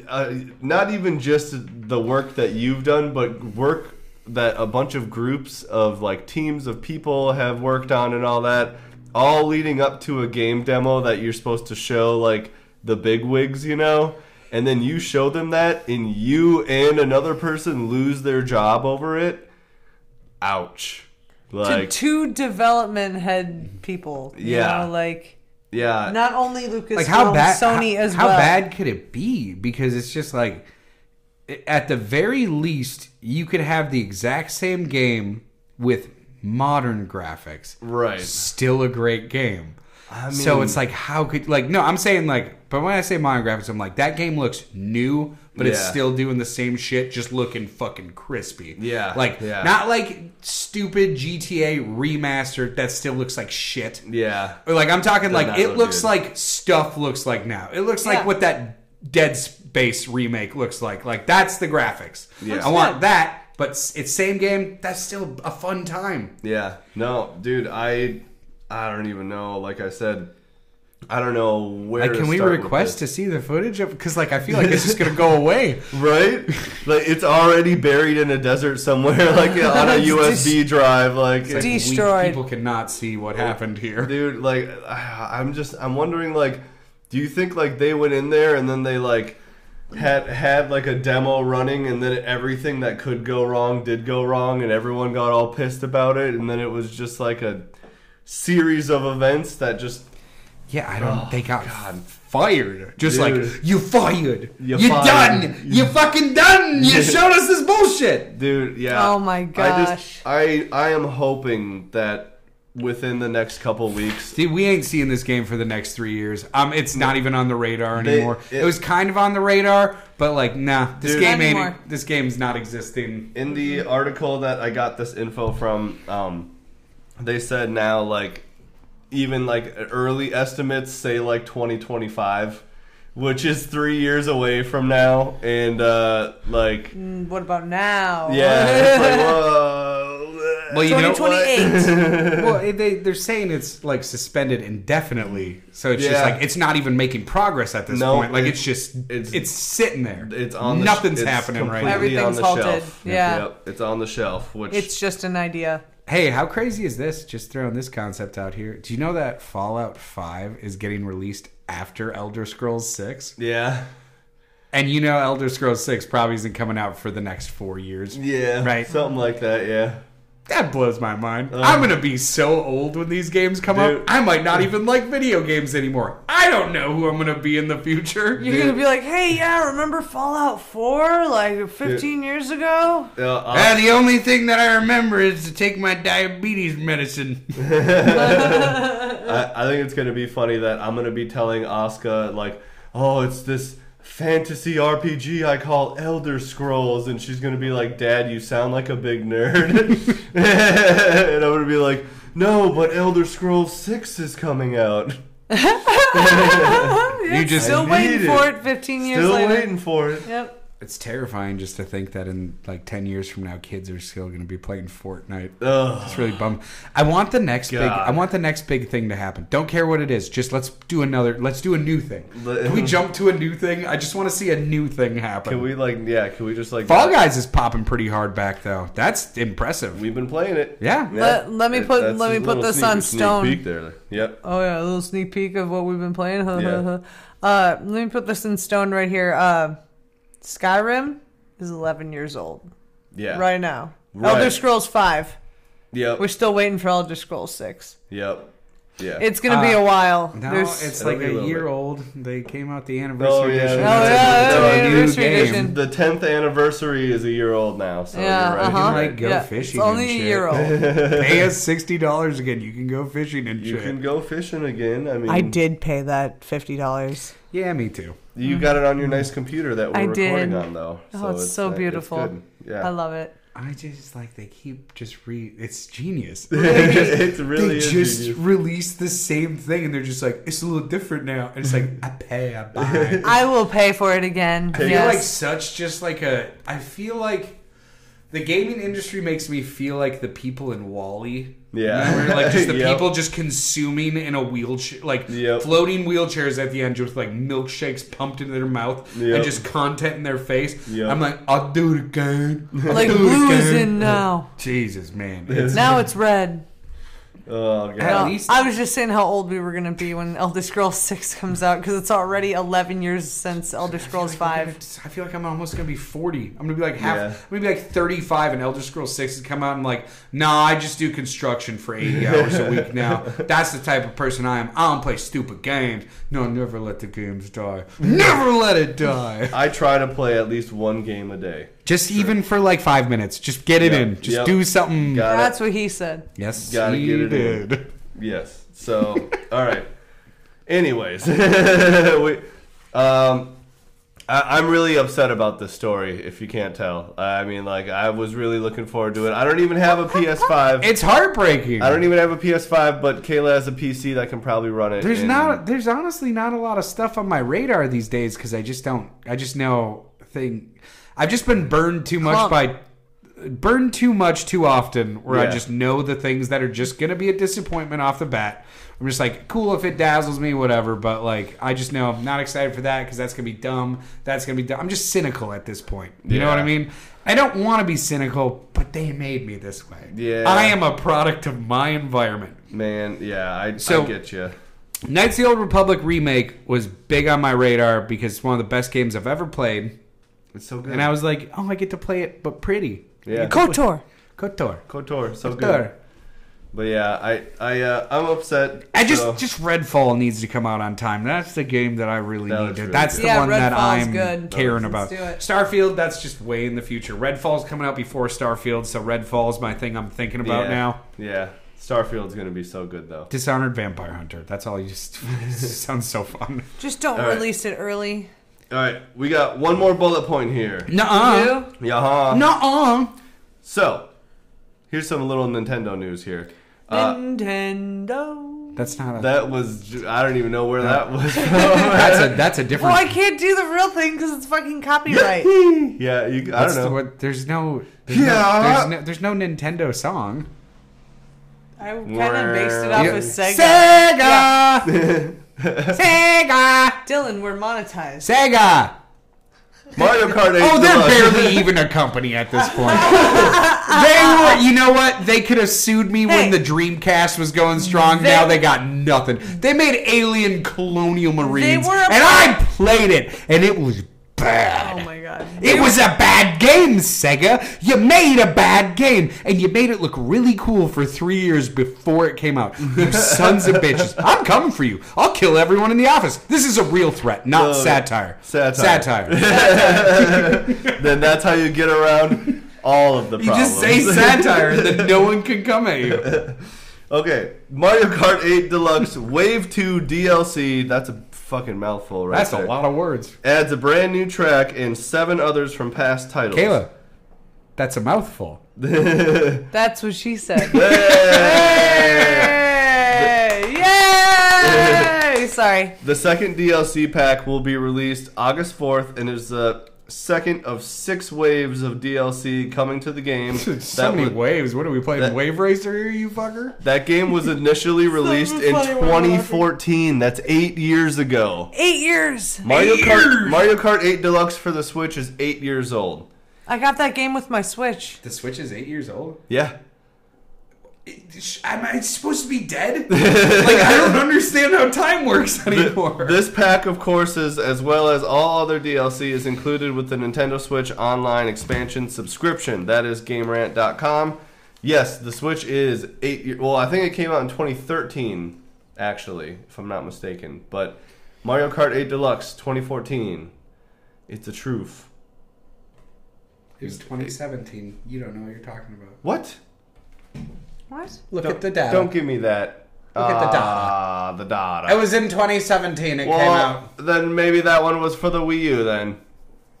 D: uh, not even just the work that you've done but work that a bunch of groups of like teams of people have worked on and all that all leading up to a game demo that you're supposed to show like the big wigs you know and then you show them that and you and another person lose their job over it ouch like
A: to two development head people. You
D: Yeah.
A: know, like
D: yeah
A: not only Lucas,
B: Like how bad?
A: Sony
B: how,
A: as
B: how
A: well.
B: bad could it be? Because it's just like, at the very least, you could have the exact same game with modern graphics.
D: right
B: still a great game.
D: I
B: so
D: mean-
B: it's like how could like no, I'm saying like but when I say modern graphics, I'm like that game looks new, but it's
D: Yeah.
B: still doing the same shit, just looking fucking crispy.
D: Yeah,
B: Like
D: yeah.
B: not like stupid GTA remastered that still looks like shit.
D: yeah
B: Or like I'm talking like
D: not
B: it
D: look
B: looks
D: good.
B: like stuff looks like now. It looks
A: Yeah.
B: like what that Dead Space remake looks like. Like that's the graphics.
D: Yeah.
B: I want that, but s- it's same game. That's still a fun time.
D: Yeah. No, dude, I I don't even know. Like I said, I don't know where.
B: Like,
D: to
B: can we
D: start with
B: request to see the footage of? Because like, I feel like it's just gonna go away.
D: this. Right? like it's already buried in a desert somewhere, like on a
A: It's
D: USB drive. Like,
B: Like, we-
A: Destroyed.
B: people cannot see what happened here.
D: dude, like I- I'm just I'm wondering, like, do you think like they went in there and then they like had had like a demo running and then everything that could go wrong did go wrong and everyone got all pissed about it and then it was just like a series of events that just
B: Yeah, I don't. they got fired. Just
D: Dude.
B: like you fired.
D: You
B: You,
D: fired.
B: done. You fucking done. You showed us this bullshit.
D: Dude, yeah.
A: Oh my
D: I
A: gosh.
D: I I am hoping that within the next couple weeks.
B: Dude, we ain't seeing this game for the next three years. Um, it's not even on the radar
D: They-
B: anymore.
D: it-
B: it, was kind of on the radar, but like, nah, this
D: Dude.
B: game
A: Not
B: ain't.
A: anymore.
B: This game's not existing.
D: In the article that I got this info from, um, they said now like even like early estimates say like 2025, which is three years away from now, and uh, like
A: Mm, What about now?
D: yeah, it's like, whoa.
B: Well, you know what?
A: 2028.
B: well, it- they they're saying it's like suspended indefinitely, so it's just
D: Yeah.
B: like it's not even making progress at this
D: No,
B: point. Like
D: it's-
B: it's, just
D: it's-
B: it's, sitting there.
D: It's on the sh-
B: nothing's
D: it's
B: happening right now.
A: complete-
D: completely on
A: Everything's halted.
D: the shelf.
A: Yeah.
D: Yep, it's on the shelf. Which
A: it's just an idea.
B: Hey, how crazy is this? Just throwing this concept out here. Do you know that Fallout Five is getting released after Elder Scrolls Six?
D: yeah,
B: And you know Elder Scrolls Six probably isn't coming out for the next four years.
D: yeah,
B: Right.
D: something like that. Yeah.
B: That blows my mind. I'm gonna be so old when these games come
D: Dude.
B: up. I might not even like video games anymore. I don't know who I'm gonna be in the future.
A: You're gonna be like, hey, yeah, remember Fallout 4 like 15 years ago?
D: Uh, I'll-
B: Ah, the only thing that I remember is to take my diabetes medicine.
D: I, I think it's gonna be funny that I'm gonna be telling Asuka like, oh, it's this fantasy RPG I call Elder Scrolls, and she's gonna be like, Dad, you sound like a big nerd, and I'm gonna be like, No, but Elder Scrolls Six is coming out.
A: you
B: just
A: still
D: need
A: waiting
D: it.
A: for it 15 years
D: Still
A: later.
D: waiting for it.
A: Yep.
B: It's terrifying just to think that in like 10 years from now, kids are still going to be playing Fortnite.
D: Ugh.
B: It's really bum. I want the next big.
D: God.
B: I want the next big thing to happen. Don't care what it is. Just let's do another. Let's do a new thing.
D: Let-
B: Can we jump to a new thing? I just want to see a new thing happen.
D: Can we like, yeah? Can we just like?
B: Fall Guys is popping pretty hard back though. That's impressive.
D: We've been playing it.
B: yeah.
D: Yeah.
A: Let- let me
D: It-
A: put-
D: that's
A: let me
D: a
A: put
D: little
A: this
D: sneak-
A: on
D: sneak
A: stone.
D: peek there. Yep.
A: Oh yeah, a little sneak peek of what we've been playing.
D: Yeah.
A: uh, let me put this in stone right here. Uh, Skyrim is 11 years old
D: Yeah.
A: right now.
D: Right.
A: Elder Scrolls 5.
D: Yep.
A: We're still waiting for Elder Scrolls 6.
D: Yep. Yeah.
A: It's gonna be
B: Uh,
A: a while.
B: No,
A: There's-
B: it's
D: It'll
B: like
D: be a
B: a
D: little
B: year
D: bit.
B: old. They came out the anniversary
D: Oh, yeah,
B: edition.
D: yeah. Oh,
B: It's
D: yeah,
B: a
D: yeah,
B: new
A: anniversary
B: game.
A: edition.
D: the tenth anniversary is a year old now. So
A: yeah,
D: you're right.
A: uh-huh.
D: you're
B: like,
D: right.
B: go
A: yeah.
B: fishing
A: It's
B: and
A: only a
B: shit.
A: year old.
B: Pay us sixty dollars again. You can go fishing and
D: You
B: shit.
D: can go fishing again. I mean,
A: I did pay that fifty dollars.
B: Yeah, me too.
D: You got it on your nice computer that we're
A: I
D: recording
A: did.
D: on, though. uh,
A: Oh, it's so beautiful.
D: good.
A: I
D: Yeah,
A: love it.
B: I just like they keep just re. It's genius.
D: it really
B: they
D: is.
B: just
D: genius.
B: release the same thing and they're just like it's a little different now and it's like i pay i buy
A: I will pay for it again.
B: i feel like
A: yes.
B: such just like a i feel like the gaming industry makes me feel like the people in wally
D: Yeah.
B: like just the
D: Yep.
B: people just consuming in a wheelchair like
D: Yep.
B: floating wheelchairs at the end with like milkshakes pumped into their mouth
D: Yep.
B: and just content in their face
D: Yep.
B: i'm like i'll do it again I'll
A: like
B: do it
A: blue is
B: again."
A: in now.
B: jesus man it's
A: Now it's red.
D: Oh god.
B: At
A: Uh,
B: least-
A: I was just saying how old we were gonna be when Elder Scrolls Six comes out because it's already eleven years since Elder Scrolls
B: feel like I'm
A: Five.
B: gonna- I feel like I'm almost gonna be 40. I'm gonna be like half.
D: Yeah.
B: I'm gonna be like 35, and Elder Scrolls 6 has come out. and I'm like, nah, I just do construction for 80 hours a week now. That's the type of person I am. I don't play stupid games. No, never let the games die. Never let it die.
D: I try to play at least one game a day.
B: Just even for like five minutes. Just get it
D: Yep.
B: in. Just
D: Yep.
B: do something.
D: Got it.
A: That's what he said.
B: yes,
D: Gotta
B: he
D: get it in.
B: did.
D: Yes. So, all right. Anyways, we, um, I, I'm really upset about this story. If you can't tell, I mean, like, I was really looking forward to it. I don't even have a PS5.
B: It's heartbreaking.
D: I don't even have a PS5, but Kayla has a PC that can probably run it.
B: There's
D: and-
B: not. There's honestly not a lot of stuff on my radar these days because I just don't. I just know thing. I've just been burned too much
A: Clump.
B: by burned too much too often where I
D: Yeah.
B: just know the things that are just gonna be a disappointment off the bat. I'm just like, cool if it dazzles me, whatever. But like, I just know I'm not excited for that because that's gonna be dumb. That's gonna be dumb. I'm just cynical at this point. You know what I
D: Yeah.
B: mean? I don't want to be cynical, but they made me this way.
D: Yeah.
B: I am a product of my environment.
D: Man, yeah, I,
B: So-
D: I get you.
B: Knights of the Old Republic remake was big on my radar because it's one of the best games I've ever played,
D: It's so good.
B: and I was like, "Oh, I get to play it, but pretty."
D: Yeah.
A: Kotor.
B: Kotor,
D: Kotor, so good.
B: Kotor.
D: But yeah, I, I, uh, I'm upset.
B: I just,
D: so-
B: just Redfall needs to come out on time. That's the game that I really
D: That
B: need.
D: was
B: needed.
D: really
B: that's
D: good.
B: the
A: Yeah,
B: one that
A: Redfall's
B: I'm
A: good.
B: caring
A: Let's
B: about.
A: do it.
B: Starfield, that's just way in the future. Redfall's coming out before Starfield, so Redfall's my thing. I'm thinking about
D: yeah,
B: now.
D: Yeah, Starfield's gonna be so good though.
B: Dishonored Vampire Hunter. That's all. You just sounds so fun.
A: Just don't
D: All right.
A: release it early.
D: All right, we got one more bullet point here.
B: Nuh-uh.
A: You?
D: Yaha.
B: Nuh-uh.
D: So, here's some little Nintendo news here. Uh,
A: Nintendo.
B: That's not a.
D: that was ju- I don't even know where that was.
B: that's a. That's a different.
A: Well, I can't do the real thing because it's fucking copyright.
D: yeah, you, I
B: That's
D: don't know.
B: the what- there's no. There's
D: Yeah.
B: No, there's, no, there's no Nintendo song.
A: I kind of based it off
D: Yeah.
A: of Sega.
B: Sega.
A: Dylan, we're monetized.
B: Sega.
D: Mario Kart 8.
B: Oh, they're
D: Deluxe.
B: barely even a company at this point. they were. You know what? They could have sued me when
A: Hey.
B: the Dreamcast was going strong.
A: They-
B: now they got nothing. They made Alien Colonial Marines,
A: were a-
B: and I played it, and it was bad.
A: Oh my god.
B: It was a bad game, Sega. You made a bad game, and you made it look really cool for three years before it came out. You sons of bitches! I'm coming for you. I'll kill everyone in the office. This is a real threat, not
D: No,
B: Oh, satire.
D: satire.
B: Satire.
D: then that's how you get around all of the
B: you
D: problems.
B: just say satire, and then no one can come at you.
D: okay, Mario Kart 8 Deluxe Wave 2 DLC. That's a fucking mouthful, right?
B: That's a
D: there.
B: lot of words,
D: Adds a brand new track and seven others from past titles.
B: Kayla. That's a mouthful.
A: That's what she said.
D: Hey!
A: Yay! Yay! Sorry.
D: The second DLC pack will be released August 4th and is the second of six waves of DLC coming to the game.
B: So many
D: wa-
B: waves. What are we playing?
D: that-
B: Wave Racer here, you fucker?
D: that game was initially released in
A: funny way to look.
D: 2014. That's eight years ago.
A: Eight years.
D: Mario
B: Eight
D: Kart,
B: years!
D: Mario Kart 8 Deluxe for the Switch is eight years old.
A: I got that game with my Switch.
B: The Switch is eight years old.
D: Yeah.
B: Am I supposed to be dead? like I don't understand how time works anymore.
D: This pack of courses, as well as all other DLC, is included with the Nintendo Switch Online expansion subscription. That is GameRant.com. Yes, the Switch is eight. Year, well, I think it came out in 2013. actually, if I'm not mistaken. But Mario Kart 8 Deluxe 2014. It's the truth.
B: It was 2017. You don't know what you're talking about.
D: What?
A: What?
B: Look
D: Don't-
B: at the data.
D: Don't give me that.
B: Look at the data.
D: Ah, the data.
B: It was in 2017. It
D: well,
B: came out.
D: then maybe that one was for the Wii U then.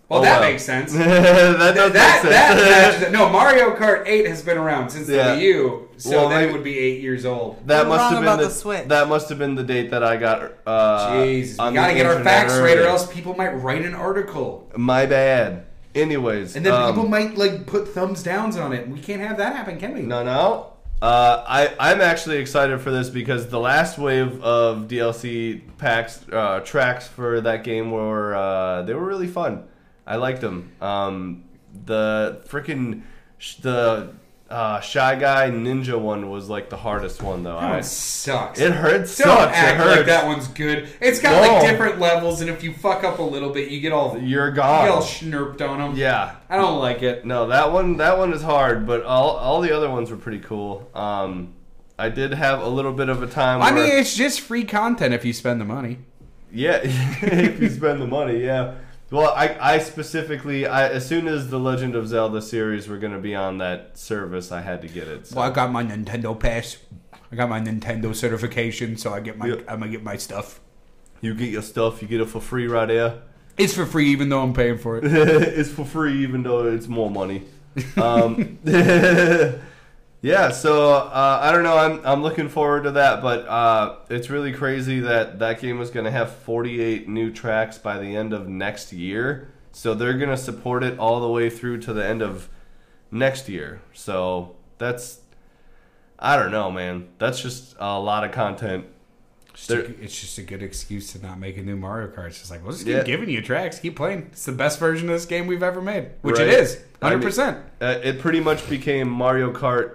B: Well,
D: oh,
B: that
D: well.
B: makes sense. that
D: that does
B: that,
D: make sense.
B: matches it. no Mario Kart 8 has been around since
D: Yeah.
B: the Wii U, so
D: Well,
B: then
D: maybe-
B: it would be eight years old.
D: That
A: You're
D: must
A: wrong
D: have been
A: about
D: the,
A: the Switch.
D: that must have been the date that I got. Uh,
B: Jeez,
D: on
B: we gotta
D: the
B: get our
D: internet
B: facts right, or
D: early.
B: else people might write an article,
D: My bad. Anyways,
B: and then
D: um,
B: people might like put thumbs downs on it. We can't have that happen, can we?
D: no, no. Uh, I I'm actually excited for this because the last wave of DLC packs uh, tracks for that game were uh, they were really fun. I liked them. Um, the freaking sh- the uh, shy guy ninja one was like the hardest one though.
B: That
D: I,
B: one Oh, sucks.
D: it hurts.
B: Don't
D: sucks.
B: act
D: it hurts.
B: like that one's good. It's got
D: No.
B: like different levels, and if you fuck up a little bit, you get all you
D: You're
B: get all
D: gone.
B: schnurped on them.
D: Yeah.
B: I don't like it.
D: No, that one that one is hard, but all all the other ones were pretty cool. Um, I did have a little bit of a time.
B: I
D: where,
B: mean, it's just free content if you spend the money.
D: yeah, if you spend the money, yeah. Well, I I specifically I as soon as the Legend of Zelda series were going to be on that service, I had to get it. So.
C: Well, I got my Nintendo Pass. I got my Nintendo certification, so I get my
D: Yeah.
C: I'm gonna get my stuff.
D: You get your stuff, you get it for free right there.
C: It's for free, even though I'm paying for it.
D: it's for free, even though it's more money. Um, yeah, so uh, I don't know. I'm I'm looking forward to that, but uh, it's really crazy that that game is going to have 48 new tracks by the end of next year. So they're going to support it all the way through to the end of next year. So that's I don't know, man. That's just a lot of content.
C: It's
D: There-
C: just, a, it's just a good excuse to not make a new Mario Kart. It's just like, we'll just keep
D: Yeah.
C: giving you tracks, keep playing. It's the best version of this game we've ever made, which it
D: Right.
C: is,
D: I mean-
C: hundred percent.
D: Uh, it pretty much became Mario Kart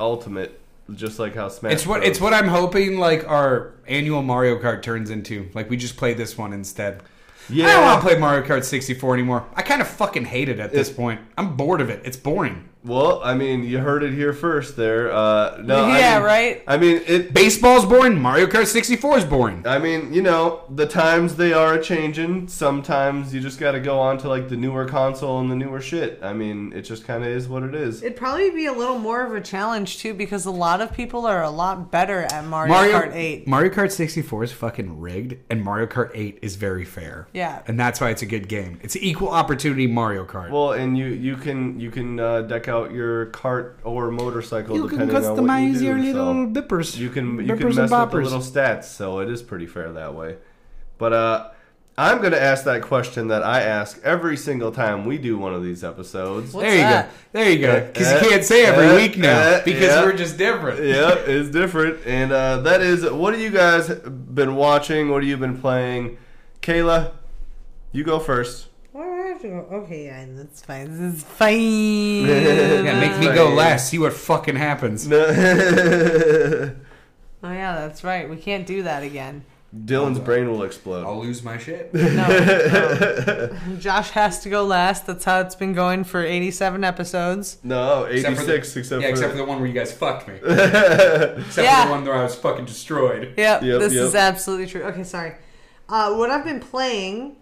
D: Ultimate, just like how Smash.
C: It's what
D: Bros.
C: it's what I'm hoping like our annual Mario Kart turns into. Like we just play this one instead.
D: Yeah.
C: I don't want to play Mario Kart 64 anymore. I kind of fucking hate it at this point. I'm bored of it. It's boring.
D: Well, I mean, you heard it here first. There, uh, no, I
A: Yeah,
D: mean-
A: right?
D: I mean, it.
C: Baseball's boring. Mario Kart 64 is boring.
D: I mean, you know, the times they are a changing. Sometimes you just got to go on to like the newer console and the newer shit. I mean, it just kind of is what it is.
A: It'd probably be a little more of a challenge too, because a lot of people are a lot better at Mario, Kart Eight.
C: Mario Kart 64 is fucking rigged, and Mario Kart 8 is very fair.
A: Yeah.
C: and that's why it's a good game. It's equal opportunity Mario Kart.
D: Well, and you you can you can uh, deck out your cart or motorcycle
C: you can
D: depending on what you
C: customize
D: do.
C: your little
D: so.
C: dippers.
D: You can you
C: dippers
D: can mess with
C: and
D: the
C: boppers.
D: little stats, so it is pretty fair that way. But uh, I'm gonna ask that question that I ask every single time we do one of these episodes.
A: What?
C: There you
A: that? Eh,
C: go. There you go. Because
D: Uh,
C: you can't say every
D: uh,
C: week now
D: uh,
C: because
D: yeah.
C: we're just
A: Eh,
C: different.
D: yeah, it's different, and uh, that is what have you guys been watching? What have you been playing? Kayla, you go first.
A: Okay, yeah, that's fine. It's fine.
C: Yeah,
D: Yeah,
C: make
A: eh,
C: me go last. See what fucking happens.
D: Dylan's
A: Oh yeah, that's right. We can't do that again.
D: brain will explode.
B: I'll lose my shit.
A: No, no. Josh has to go last. That's how it's been going for 87 episodes.
D: No,
B: Except
D: eighty
B: for the-
D: six. Except,
B: yeah, except for the
D: for
B: one where you guys fucked me. Except for
A: Yeah.
B: the one where I was fucking destroyed.
A: Yep,
D: Yep,
A: this
D: yep.
A: is absolutely true. Okay, sorry. Uh, what I've been playing,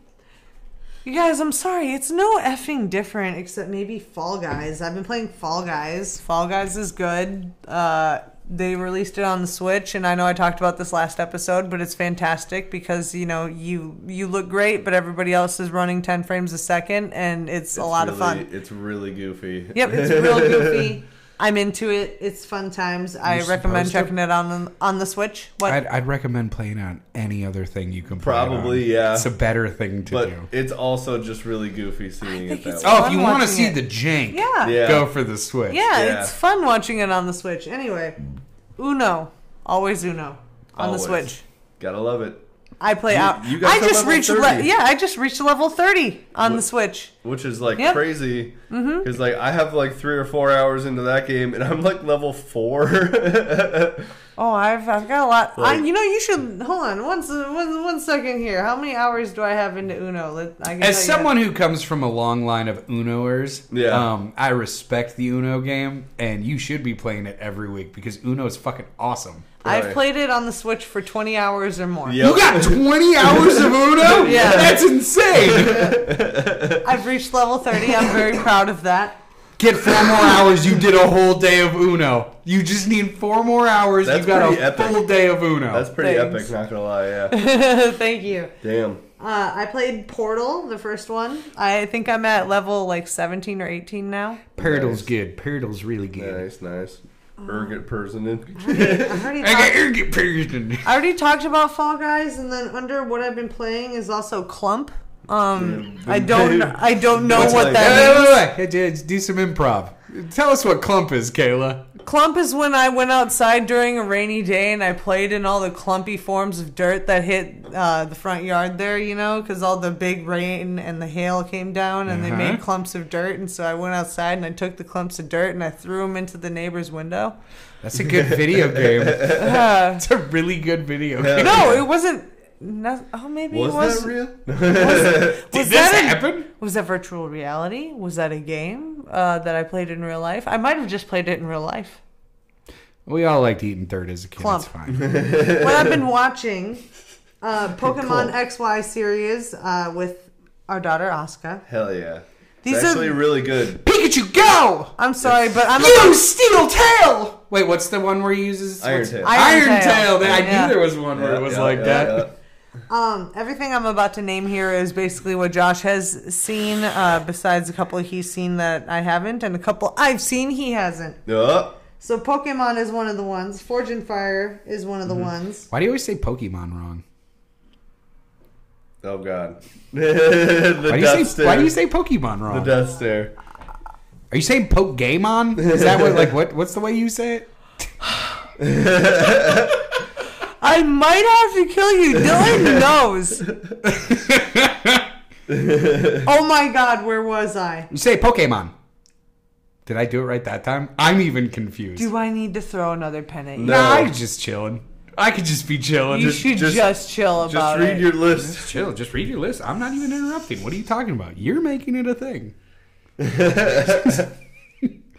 A: you guys, I'm sorry, it's no effing different except maybe Fall Guys. I've been playing Fall Guys. Fall Guys is good. Uh, they released it on the Switch, and I know I talked about this last episode, but it's fantastic because you know you you look great, but everybody else is running 10 frames a second, and it's, a lot of fun.
D: It's really goofy.
A: Yep, it's real goofy. I'm into it. It's fun times. I
C: You're
A: recommend
C: supposed to-
A: checking it out on on the Switch. What?
C: I'd, I'd recommend playing on any other thing you can play
D: Probably,
C: it on.
D: yeah.
C: It's a better thing to
D: but
C: do.
D: it's also just really goofy seeing
A: think
D: it that
A: it's
D: way.
C: Oh, if
A: I'm
C: you want to
A: watching
C: see
A: it.
C: the jank,
A: yeah.
D: Yeah.
C: go for the Switch.
A: yeah,
D: Yeah.
A: it's fun watching it on the Switch. Anyway, Uno, always Uno on
D: Always.
A: the Switch.
D: Gotta love it.
A: I play
D: You-
A: out.
D: you got
A: I
D: to
A: just
D: level
A: reached.
D: 30.
A: Le- yeah, I just reached level thirty on the
D: What-
A: Switch.
D: which is like
A: Yep. Mm-hmm.
D: crazy because like I have like three or four hours into that game and I'm like level four. I
A: Oh, I've I've got a lot. I,
D: Like-
A: you know, you should hold on one, se- one, one second here. How many hours do I have into Uno? Let, I can
C: As
A: tell you.
C: someone who comes from a long line of Unoers,
D: Yeah.
C: um, I respect the Uno game, and you should be playing it every week because Uno is fucking awesome.
A: I've
D: Right.
A: played it on the Switch for 20 hours or more.
D: Yep.
B: You got 20 hours of Uno?
A: Yeah.
B: That's insane.
A: I've reached level 30. I'm very proud of that.
B: Get four more hours. You did a whole day of Uno. You just need four more hours.
D: That's
B: you got
D: pretty
B: a
D: epic.
B: full day of Uno.
D: That's pretty
A: Thanks.
D: epic, not gonna lie, yeah.
A: Thank you.
D: Damn.
A: Uh, I played Portal, the first one. I think I'm at level like 17 or 18 now.
B: Perital's good. Perital's really good.
D: Nice, nice. Ergot person.
A: I already
B: I got
A: talked-
B: Erg it, Perital.
A: I already talked about Fall Guys, and then under what I've been playing is also Clump. Um, I don't, I don't know
D: What's
A: what
D: like-
A: that
B: Hey,
A: means.
B: wait, wait, wait. Hey, Judge, do some improv. Tell us what clump is, Kayla.
A: Clump is when I went outside during a rainy day and I played in all the clumpy forms of dirt that hit uh, the front yard there, you know, because all the big rain and the hail came down and they made
B: Uh-huh.
A: clumps of dirt. And so I went outside and I took the clumps of dirt and I threw them into the neighbor's window.
B: That's a good video game.
A: Uh,
B: That's a really good video
D: Oh, Yeah.
B: game.
A: no, it wasn't. No, oh, maybe
D: Was,
A: it was.
D: that real?
A: was
B: Did
A: that
B: this
A: a-
B: happen?
A: Was that virtual reality? Was that a game uh, that I played in real life? I might have just played it in real life.
B: We all liked eating third as a kid.
A: Clump.
B: It's fine.
A: what I've been watching, uh, Pokemon XY series uh, with our daughter Asuka.
D: Hell yeah.
A: These
D: it's actually
A: are.
D: really good.
B: Pikachu, go!
A: I'm sorry, but I'm.
B: You steel tail! Wait, what's the one where he uses
D: Iron
B: what's-
D: Tail.
A: Iron
B: Iron,
A: Tail.
B: Tail. I
A: Yeah.
B: knew there was one where it
D: Yeah,
B: was
D: yeah,
B: like
D: yeah,
B: that.
D: yeah.
A: Um, everything I'm about to name here is basically what Josh has seen, uh, besides a couple he's seen that I haven't, and a couple I've seen he hasn't.
D: Oh,
A: So Pokemon is one of the ones. Forge and Fire is one of the ones.
B: Why do you always say Pokemon wrong?
D: oh god. the
B: Why do,
D: death
B: you say,
D: stare.
B: why do you say Pokemon
D: the
B: wrong?
D: death stare?
B: Are you saying Pokemon? Is that what like what what's the way you say it?
A: I might have to kill you. Dylan knows. oh my god, where was I?
B: You say Pokemon. Did I do it right that time? I'm even confused.
A: Do I need to throw another pen at you?
D: No.
B: Nah, I'm just chilling. I could just be chilling.
A: you
B: just
A: should just,
D: just-
A: chill
D: Just
A: about
D: read
A: it.
D: your list.
B: chill. Just read your list. I'm not even interrupting. What are you talking about? You're making it a thing.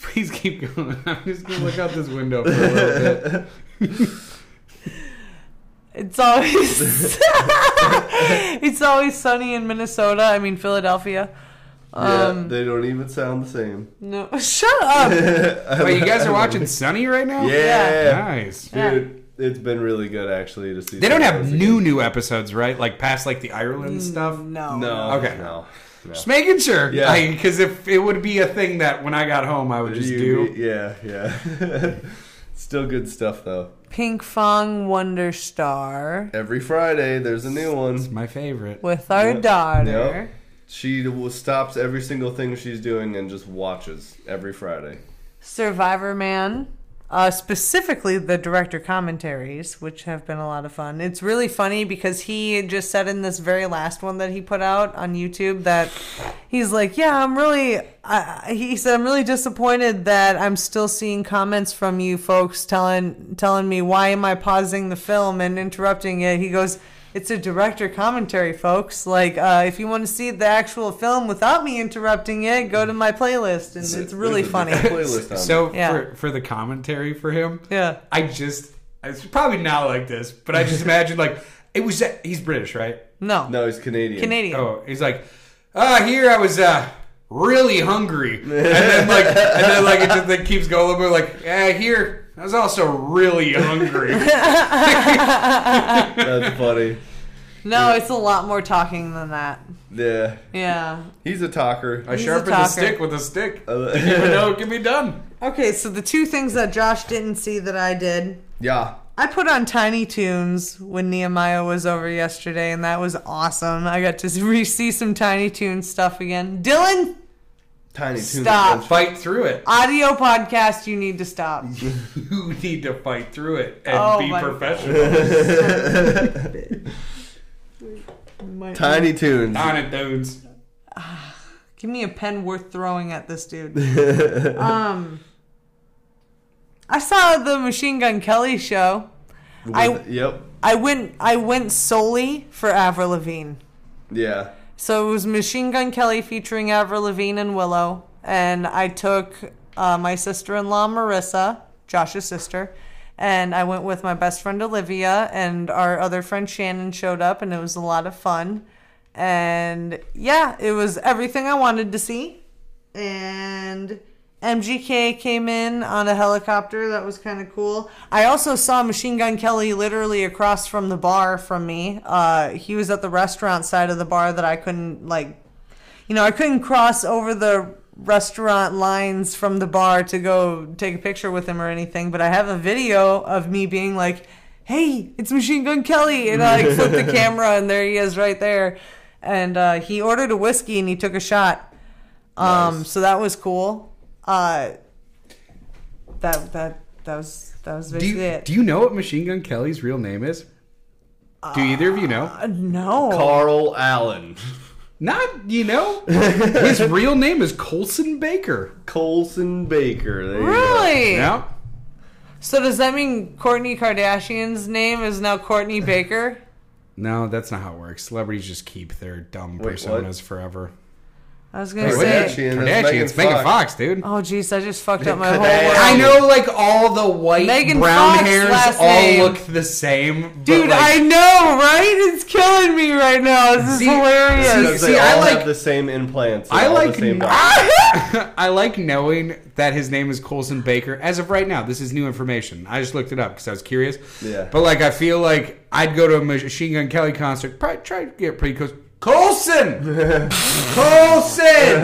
B: Please keep going. I'm just gonna look out this window for a little bit.
A: it's always it's always sunny in Minnesota. I mean Philadelphia.
D: yeah,
A: Um,
D: they don't even sound the same.
A: no, shut up.
B: Wait, you guys are watching Sunny right now?
D: Yeah.
B: Nice.
D: Dude, it's been really good actually to see.
B: They don't
D: some of
B: have
D: those
B: new
D: again.
B: new episodes, right? Like past like the Ireland stuff.
A: No,
D: No.
B: Okay.
D: No. no.
B: Just making sure.
D: Yeah.
B: Yeah. Because if it would be a thing that when I got home I would just
D: You-
B: do.
D: Yeah, yeah. Still good stuff though.
A: Pink Fong Wonder Star
D: Every Friday there's a new
B: It's
D: one.
B: my favorite.
A: with our
D: Yep.
A: daughter.
D: Yep. She will- stops every single thing she's doing and just watches every Friday.
A: Survivor Man, uh, specifically the director commentaries, which have been a lot of fun. It's really funny because he just said in this very last one that he put out on YouTube that he's like, "Yeah, I'm really," I he said, "I'm really disappointed that I'm still seeing comments from you folks telling telling me why am I pausing the film and interrupting it." He goes. It's a director commentary, folks. Like, uh, if you want to see the actual film without me interrupting it, go to my playlist, and it's really
D: There's a
A: funny.
D: Playlist on it.
B: So
A: Yeah.
B: for for the commentary for him,
A: Yeah.
B: I just it's probably not like this, but I just imagine like it was that he's British, right?
A: No.
D: No, he's Canadian.
A: Canadian.
B: Oh, he's like, ah, here I was uh really hungry, and then like and then like it just like keeps going a little bit like yeah here I was also really hungry.
D: That's funny.
A: No, it's a lot more talking than that.
D: Yeah.
A: Yeah.
D: He's a talker.
B: I
A: He's a
B: sharpened
A: talker.
B: the stick with a stick. I
D: Uh,
B: didn't even know it could be done.
A: Okay, so the two things that Josh didn't see that I did.
D: yeah.
A: I put on Tiny Toons when Nehemiah was over yesterday, and that was awesome. I got to re see some Tiny Toons stuff again. Dylan,
D: Tiny Toon
A: Stop.
D: Adventure.
B: Fight through it.
A: audio podcast, you need to stop.
B: You need to fight through it and
A: Oh
B: be
A: my-
B: professional.
A: Might-
D: Tiny Toons.
B: On it, dudes.
A: Give me a pen worth throwing at this dude. um, I saw the Machine Gun Kelly show. I-
D: yep.
A: I went I went solely for Avril Lavigne.
D: Yeah.
A: So it was Machine Gun Kelly featuring Avril Lavigne and Willow, and I took uh, my sister-in-law Marissa, Josh's sister, And I went with my best friend Olivia, and our other friend Shannon showed up, and it was a lot of fun. And yeah, it was everything I wanted to see. And MGK came in on a helicopter. That was kind of cool. I also saw Machine Gun Kelly literally across from the bar from me. Uh, he was at the restaurant side of the bar that I couldn't, like, you know, I couldn't cross over the restaurant lines from the bar to go take a picture with him or anything, but I have a video of me being like, hey, it's Machine Gun Kelly. And I like flip the camera, and there he is right there. And uh, he ordered a whiskey and he took a shot. Um, So that was cool. Uh, that that that was that was
B: Do
A: basically
B: you,
A: it.
B: do you know what Machine Gun Kelly's real name is? Do either of you know?
A: Uh, no,
D: Carl Allen.
B: Not you know. His real name is Colson Baker.
D: Colson Baker. There you go.
A: really?
B: Yeah.
A: So does that mean Courtney Kardashian's name is now Courtney Baker?
B: No, that's not how it works. Celebrities just keep their dumb
D: Wait,
B: personas
D: what?
B: forever.
A: I was gonna
D: Hey, what did
A: say.
D: she- Kardashian, that's
B: Kardashian,
D: Megan
B: it's Megan
D: Fox.
B: Fox, dude.
A: Oh jeez, I just fucked up my whole
D: Kardashian.
A: world.
B: I know, like all the white
A: Megan
B: brown
A: Fox
B: hairs
A: last
B: all
A: name.
B: look the same, but,
A: Dude,
B: like,
A: I know, right? It's killing me right now. This is
B: See-
A: hilarious.
D: Because
B: See,
D: they
B: I
D: all
B: like-
D: have the same implants. and
B: I
D: all
B: like
D: The same
B: I like knowing that his name is Colson Baker. As of right now, this is new information. I just looked it up because I was curious.
D: Yeah.
B: But like, I feel like I'd go to a Machine Gun Kelly concert. Probably try to get pretty close. Colson, Colson.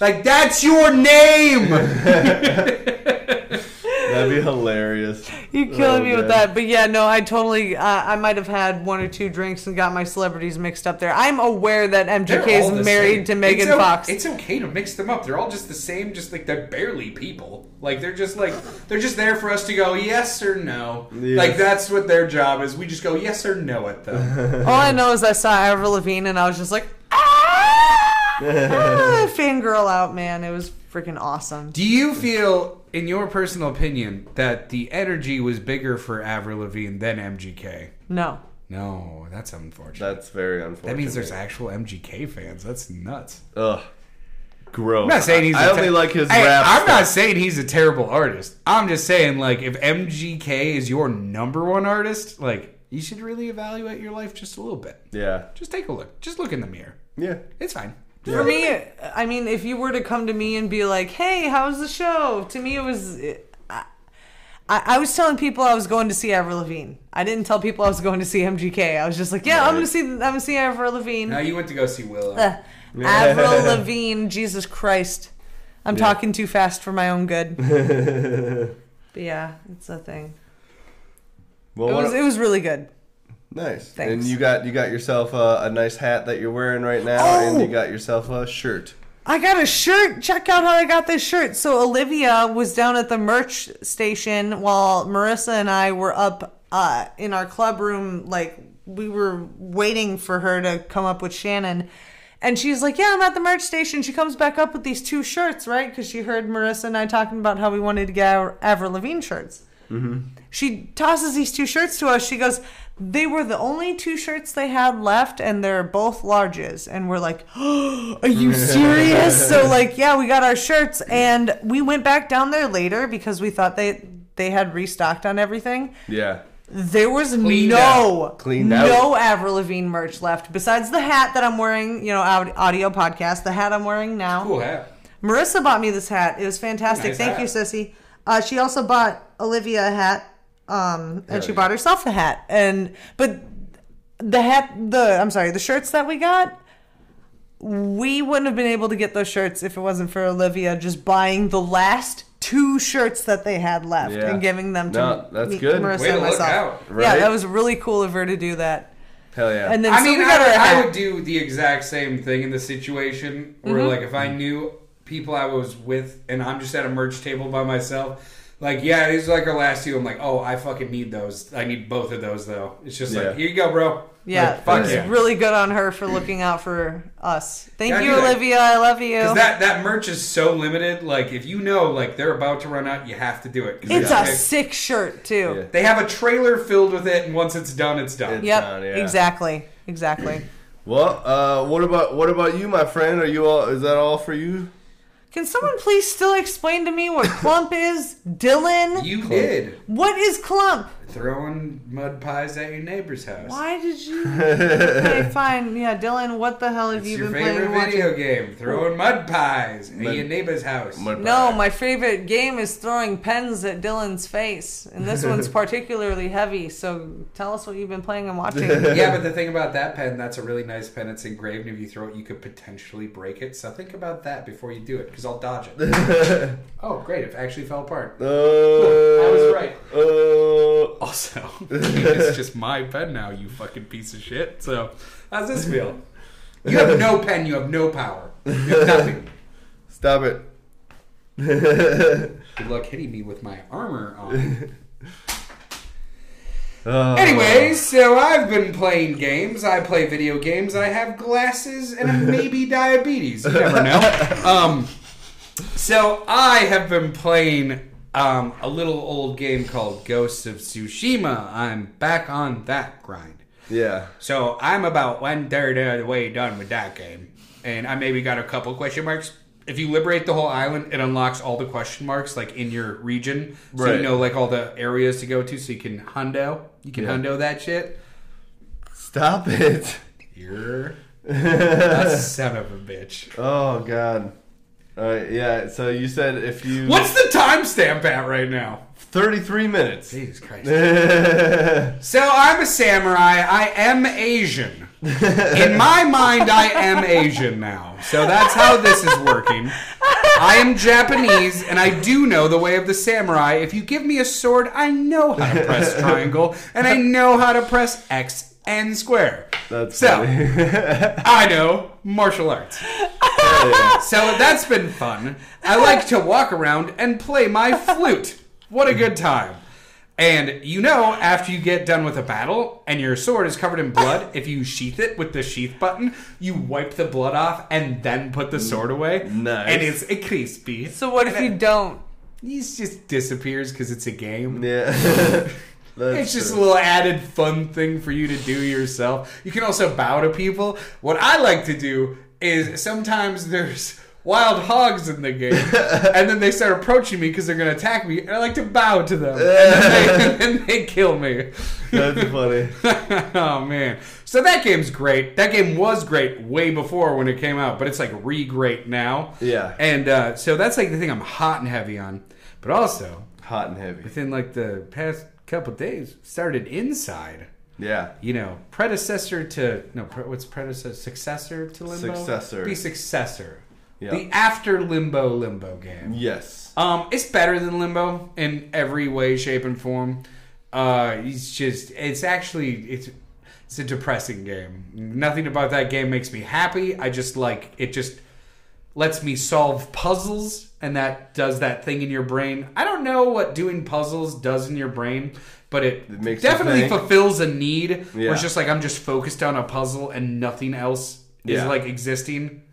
B: like that's your name.
D: That'd be hilarious.
A: You're killing
D: Oh,
A: me with
D: man.
A: that. But yeah, no, I totally. Uh, I might have had one or two drinks and got my celebrities mixed up there. I'm aware that MGK
B: They're all the
A: is married
B: same.
A: to Megan
B: It's o-
A: Fox.
B: It's okay to mix them up. They're all just the same. Just like they're barely people. Like they're just like they're just there for us to go yes or no.
D: Yes.
B: Like that's what their job is. We just go yes or no at them.
A: All I know is I saw Avril Lavigne and I was just like, ah, ah, fangirl out, man. It was freaking awesome.
B: Do you feel, in your personal opinion, that the energy was bigger for Avril Lavigne than MGK?
A: No,
B: No, that's unfortunate.
D: That's very unfortunate.
B: that means there's actual MGK fans. That's nuts.
D: Ugh. Gross.
B: I'm not saying he's.
D: I
B: a
D: only
B: ter-
D: like his
B: Hey,
D: rap.
B: I'm not saying he's a terrible artist. I'm just saying, like, if MGK is your number one artist, like, you should really evaluate your life just a little bit.
D: Yeah.
B: Just take a look. Just look in the mirror.
D: Yeah.
B: It's fine.
A: for me, I mean, if you were to come to me and be like, "Hey, how's the show?" To me, it was. I, I I was telling people I was going to see Avril Lavigne. I didn't tell people I was going to see MGK. I was just like, "Yeah, I'm going to see. I'm going to see Avril Lavigne."
B: Now you went to go see Willow.
A: Ugh. Avril Lavigne, Jesus Christ. I'm talking too fast for my own good. but yeah, it's a thing.
D: Well,
A: It
D: what-
A: was it was really good.
D: nice.
A: Thanks.
D: And you got you got yourself a, a nice hat that you're wearing right now, and
B: Oh!
D: you got yourself a shirt.
A: I got a shirt. Check out how I got this shirt. So Olivia was down at the merch station while Marissa and I were up uh, in our club room. Like we were waiting for her to come up with Shannon, and she's like, "Yeah, I'm at the merch station." She comes back up with these two shirts, right? Because she heard Marissa and I talking about how we wanted to get our Avril Lavigne shirts. She tosses these two shirts to us. She goes, They were the only two shirts they had left, and they're both larges. And we're like, Are you serious? so, like, yeah, we got our shirts. And we went back down there later because we thought they they had restocked on everything.
D: Yeah.
A: There was
B: Cleaned
A: no
D: Cleaned
A: no Avril Lavigne merch left besides the hat that I'm wearing, you know, aud- audio podcast, the hat I'm wearing now.
B: Cool hat.
A: Marissa bought me this hat. It was fantastic.
B: Nice
A: Thank
B: hat.
A: you, sissy. Uh, she also bought Olivia a hat, um, and she
D: yeah.
A: bought herself a hat. And but the hat, the I'm sorry, the shirts that we got, we wouldn't have been able to get those shirts if it wasn't for Olivia just buying the last two shirts that they had left
D: Yeah.
A: and giving them to
D: No, that's
A: me-
D: good.
A: Marissa
B: Way to
A: and
B: look
A: myself.
B: out,
A: Yeah,
D: right?
A: that was really cool of her to do that.
D: Hell yeah.
A: And then
B: I
A: so
B: mean,
A: we got
B: I,
A: her a
B: I
A: hat.
B: would do the exact same thing in this situation. Where,
A: Mm-hmm.
B: like, if I knew people I was with, and I'm just at a merch table by myself, like, yeah, these are like our last two. I'm like, oh, I fucking need those. I need both of those though. It's just
D: Yeah.
B: like, here you go, bro.
A: Yeah,
B: like, fuck
A: it's
B: yeah.
A: really good on her for looking out for us. Thank
B: Gotta
A: you,
B: do that.
A: Olivia. I love you.
B: 'Cause that that merch is so limited. Like, if you know, like, they're about to run out, you have to do it. 'Cause
A: it's
B: they-
A: a sick shirt too.
B: They have a trailer filled with it, and once it's done, it's done.
D: It's
A: Yep,
D: not, yeah.
A: exactly, exactly.
D: well, uh, what about what about you, my friend? Are you all? Is that all for you?
A: Can someone please still explain to me what clump is? Dylan?
B: You did
A: what is clump?
B: throwing mud pies at your neighbor's house.
A: Why did you? okay, fine. Yeah, Dylan, what the hell have
B: It's
A: you
B: your
A: been playing?
B: favorite
A: and watching?
B: video game, throwing mud pies at
D: Mud-
B: your neighbor's house.
D: Mud
A: No,
D: pie.
A: my favorite game is throwing pens at Dylan's face, and this one's particularly heavy. So tell us what you've been playing and watching.
B: yeah, but the thing about that pen, that's a really nice pen. It's engraved, and if you throw it, you could potentially break it. So think about that before you do it, because I'll dodge it. oh, great! It actually fell apart.
D: Uh,
B: I was right.
D: Uh,
B: Also, it's just my pen now, you fucking piece of shit. So, how's this feel? You have no pen, you have no power. You have nothing.
D: stop it.
B: Good luck hitting me with my armor on.
D: Uh,
B: Anyways, so I've been playing games. I play video games. I have glasses and maybe diabetes. You never know. Um, so I have been playing um, a little old game called Ghosts of Tsushima. I'm back on that grind.
D: yeah.
B: So I'm about one third of the way done with that game, and I maybe got a couple question marks. If you liberate the whole island, it unlocks all the question marks like in your region, so
D: Right.
B: you know like all the areas to go to, so you can hundo. You can
D: Yeah.
B: hundo that shit.
D: Stop it.
B: You're a son of a bitch.
D: Oh god. All right. Yeah. So you said if you
B: What's the timestamp at right now?
D: 33 minutes.
B: Jesus Christ. So I'm a samurai. I am Asian. In my mind, I am Asian now. So that's how this is working. I am Japanese, and I do know the way of the samurai. If you give me a sword, I know how to press triangle, and I know how to press X and square.
D: That's
B: so.
D: funny.
B: I know martial arts. So that's been fun. I like to walk around and play my flute. What a good time. And you know, after you get done with a battle and your sword is covered in blood, if you sheath it with the sheath button, you wipe the blood off and then put the sword away.
D: Nice.
B: And it's a crispy.
A: so what if you don't?
B: He just disappears because it's a game.
D: yeah. That's
B: It's just a
D: true.
B: little added fun thing for you to do yourself. You can also bow to people. What I like to do is sometimes there's wild hogs in the game, and then they start approaching me because they're going to attack me, and I like to bow to them. And then they, and then they kill me.
D: That's funny.
B: oh man. So that game's great. That game was great way before when it came out, but it's like re great now.
D: Yeah.
B: And uh, so that's like the thing I'm hot and heavy on. But also,
D: Hot and heavy.
B: within like the past couple days, started inside
D: Yeah.
B: you know, predecessor to no, pre- what's predecessor? Successor to Limbo.
D: Successor.
B: The successor.
D: Yeah.
B: The after Limbo Limbo game.
D: Yes.
B: Um, it's better than Limbo in every way, shape, and form. Uh, it's just, it's actually, it's, it's a depressing game. Nothing about that game makes me happy. I just like it. Just lets me solve puzzles, and that does that thing in your brain. I don't know what doing puzzles does in your brain, but it,
D: It makes you
B: definitely
D: think.
B: fulfills a need. Where
D: Yeah.
B: it's just like I'm just focused on a puzzle and nothing else is
D: Yeah.
B: like existing.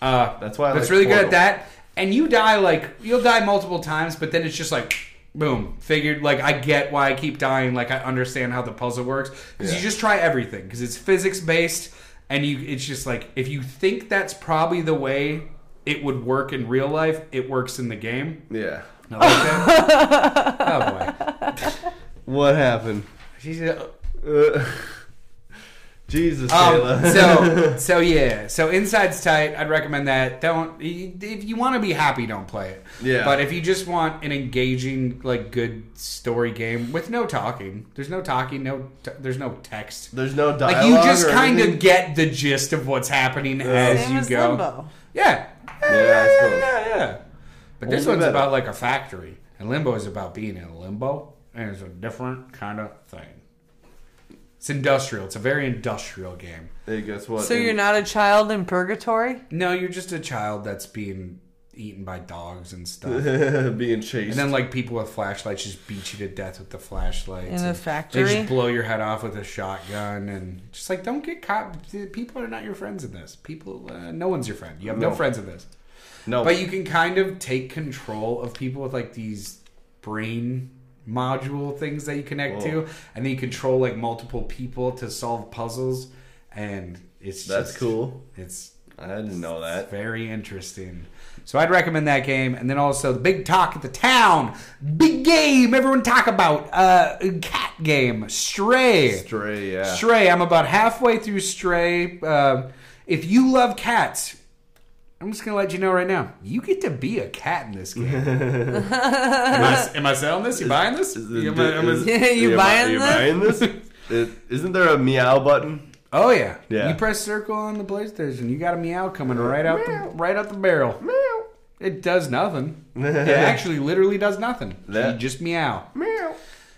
B: Uh,
D: That's why I
B: that's
D: like
B: really
D: Portal.
B: good at that. And you die like you'll die multiple times, but then it's just like boom, figured. Like I get why I keep dying. Like I understand how the puzzle works because
D: Yeah.
B: you just try everything because it's physics based, and you it's just like if you think that's probably the way it would work in real life, it works in the game.
D: Yeah.
B: I like that. oh boy,
D: What happened?
B: she's. a-
D: Uh, Jesus,
B: Um,
D: Kayla.
B: so so yeah, so inside's tight. I'd recommend that. Don't if you want to be happy, don't play it.
D: Yeah.
B: But if you just want an engaging, like good story game with no talking, there's no talking, no t- there's no text.
D: There's no dialogue.
B: Like you just
D: or
B: kind of
D: anything?
B: get the gist of what's happening as
A: Same
B: you
A: as
B: go.
A: Limbo.
B: Yeah.
D: Yeah, I suppose.
B: Yeah, yeah. But this
D: Only
B: one's
D: better.
B: about like a factory, and limbo is about being in limbo, and it's a different kind of thing. It's industrial. It's a very industrial game.
D: Hey, guess what?
A: So you're not a child in purgatory?
B: No, you're just a child that's being eaten by dogs and stuff. and
D: not being chased.
B: then like people with flashlights just beat you to death with the flashlights.
A: In a
B: and
A: factory?
B: They just blow your head off with a shotgun and just like don't get caught. People are not your friends in this. People, uh, no one's your friend. You have no,
D: No.
B: friends in this.
D: no,
B: But you can kind of take control of people with like these brain module things that you connect
D: Whoa.
B: to, and then you control like multiple people to solve puzzles. And it's
D: that's
B: just,
D: cool.
B: It's
D: I didn't know that.
B: Very interesting. So I'd recommend that game, and then also the big talk at the town, big game everyone talk about, uh, cat game, Stray.
D: Stray, yeah.
B: Stray. I'm about halfway through Stray. Uh, if you love cats, I'm just gonna let you know right now, you get to be a cat in this game. am, I, am I selling this? You buying this?
D: Is
B: Am I- am I-
D: is-
A: You
D: am I-
A: buying
D: you
A: this?
D: buying this? It, isn't there a meow button?
B: oh yeah.
D: Yeah.
B: You press circle on the PlayStation, you got a meow coming right out the right out the barrel.
D: Meow.
B: It does nothing. It actually literally does nothing.
D: That-
B: You just meow.
D: Meow.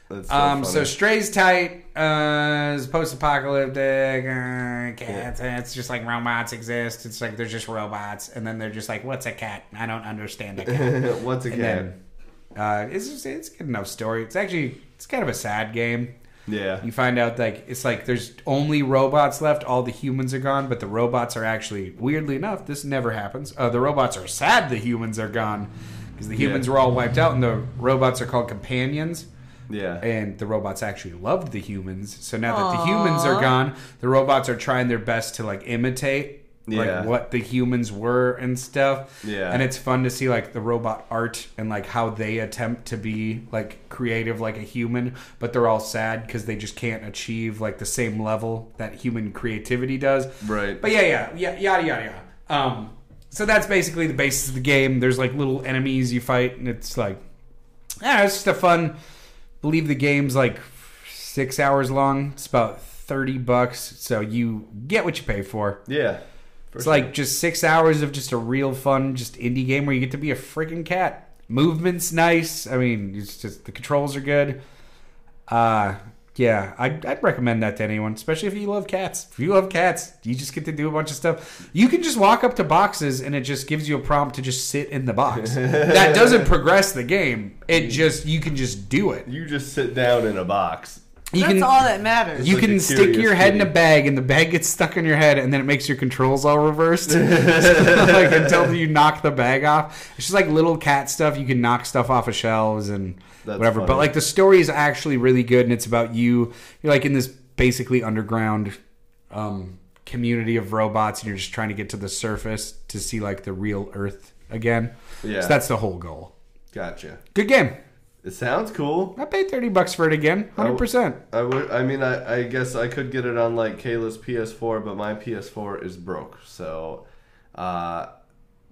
D: That's so
B: Um, so
D: funny.
B: Stray's tight, uh, is post-apocalyptic, uh, cats, and it's just like robots exist. It's like they're just robots, and then they're just like, what's a cat? I don't understand a cat.
D: once again,
B: and then, uh, it's just, it's a good enough story. It's actually it's kind of a sad game.
D: yeah,
B: You find out like it's like there's only robots left. All the humans are gone, but the robots are actually weirdly enough. This never happens. Uh, the robots are sad the humans are gone because the humans were all wiped out, and the robots are called companions
D: yeah.
B: and the robots actually loved the humans. So now that the humans are gone, the robots are trying their best to like imitate
D: Yeah.
B: like what the humans were and stuff.
D: Yeah.
B: And it's fun to see like the robot art and like how they attempt to be like creative like a human, but they're all sad cuz they just can't achieve like the same level that human creativity does.
D: Right.
B: But yeah, yeah, yeah, yada yada yada. Um so that's basically the basis of the game. There's like little enemies you fight and it's like yeah, it's just a fun. Believe the game's like six hours long. It's about thirty bucks, so you get what you pay for.
D: yeah. For
B: It's like just six hours of just a real fun, just indie game where you get to be a freaking cat. Movement's nice. I mean, it's just the controls are good. Uh yeah, I'd, I'd recommend that to anyone, especially if you love cats. If you love cats, you just get to do a bunch of stuff. You can just walk up to boxes and it just gives you a prompt to just sit in the box. that doesn't progress the game. It just you can just do it.
D: you just sit down in a box.
B: You
A: That's
B: can
A: all that matters.
B: you
D: like
B: can
D: a
B: stick
D: Curious
B: your head in a
D: Kitty.
B: bag, and the bag gets stuck on your head, and then it makes your controls all reversed. like until you knock the bag off. It's just like little cat stuff. You can knock stuff off of shelves and
D: That's
B: whatever. But
D: funny.
B: like the story is actually really good, and it's about you. You're like in this basically underground um, community of robots, and you're just trying to get to the surface to see like the real Earth again.
D: Yeah.
B: So that's the whole goal.
D: Gotcha.
B: Good game.
D: It sounds cool.
B: I paid thirty bucks for it again. Hundred percent.
D: I would. I mean, I, I guess I could get it on like Kayla's PS4, but my PS4 is broke. So, uh,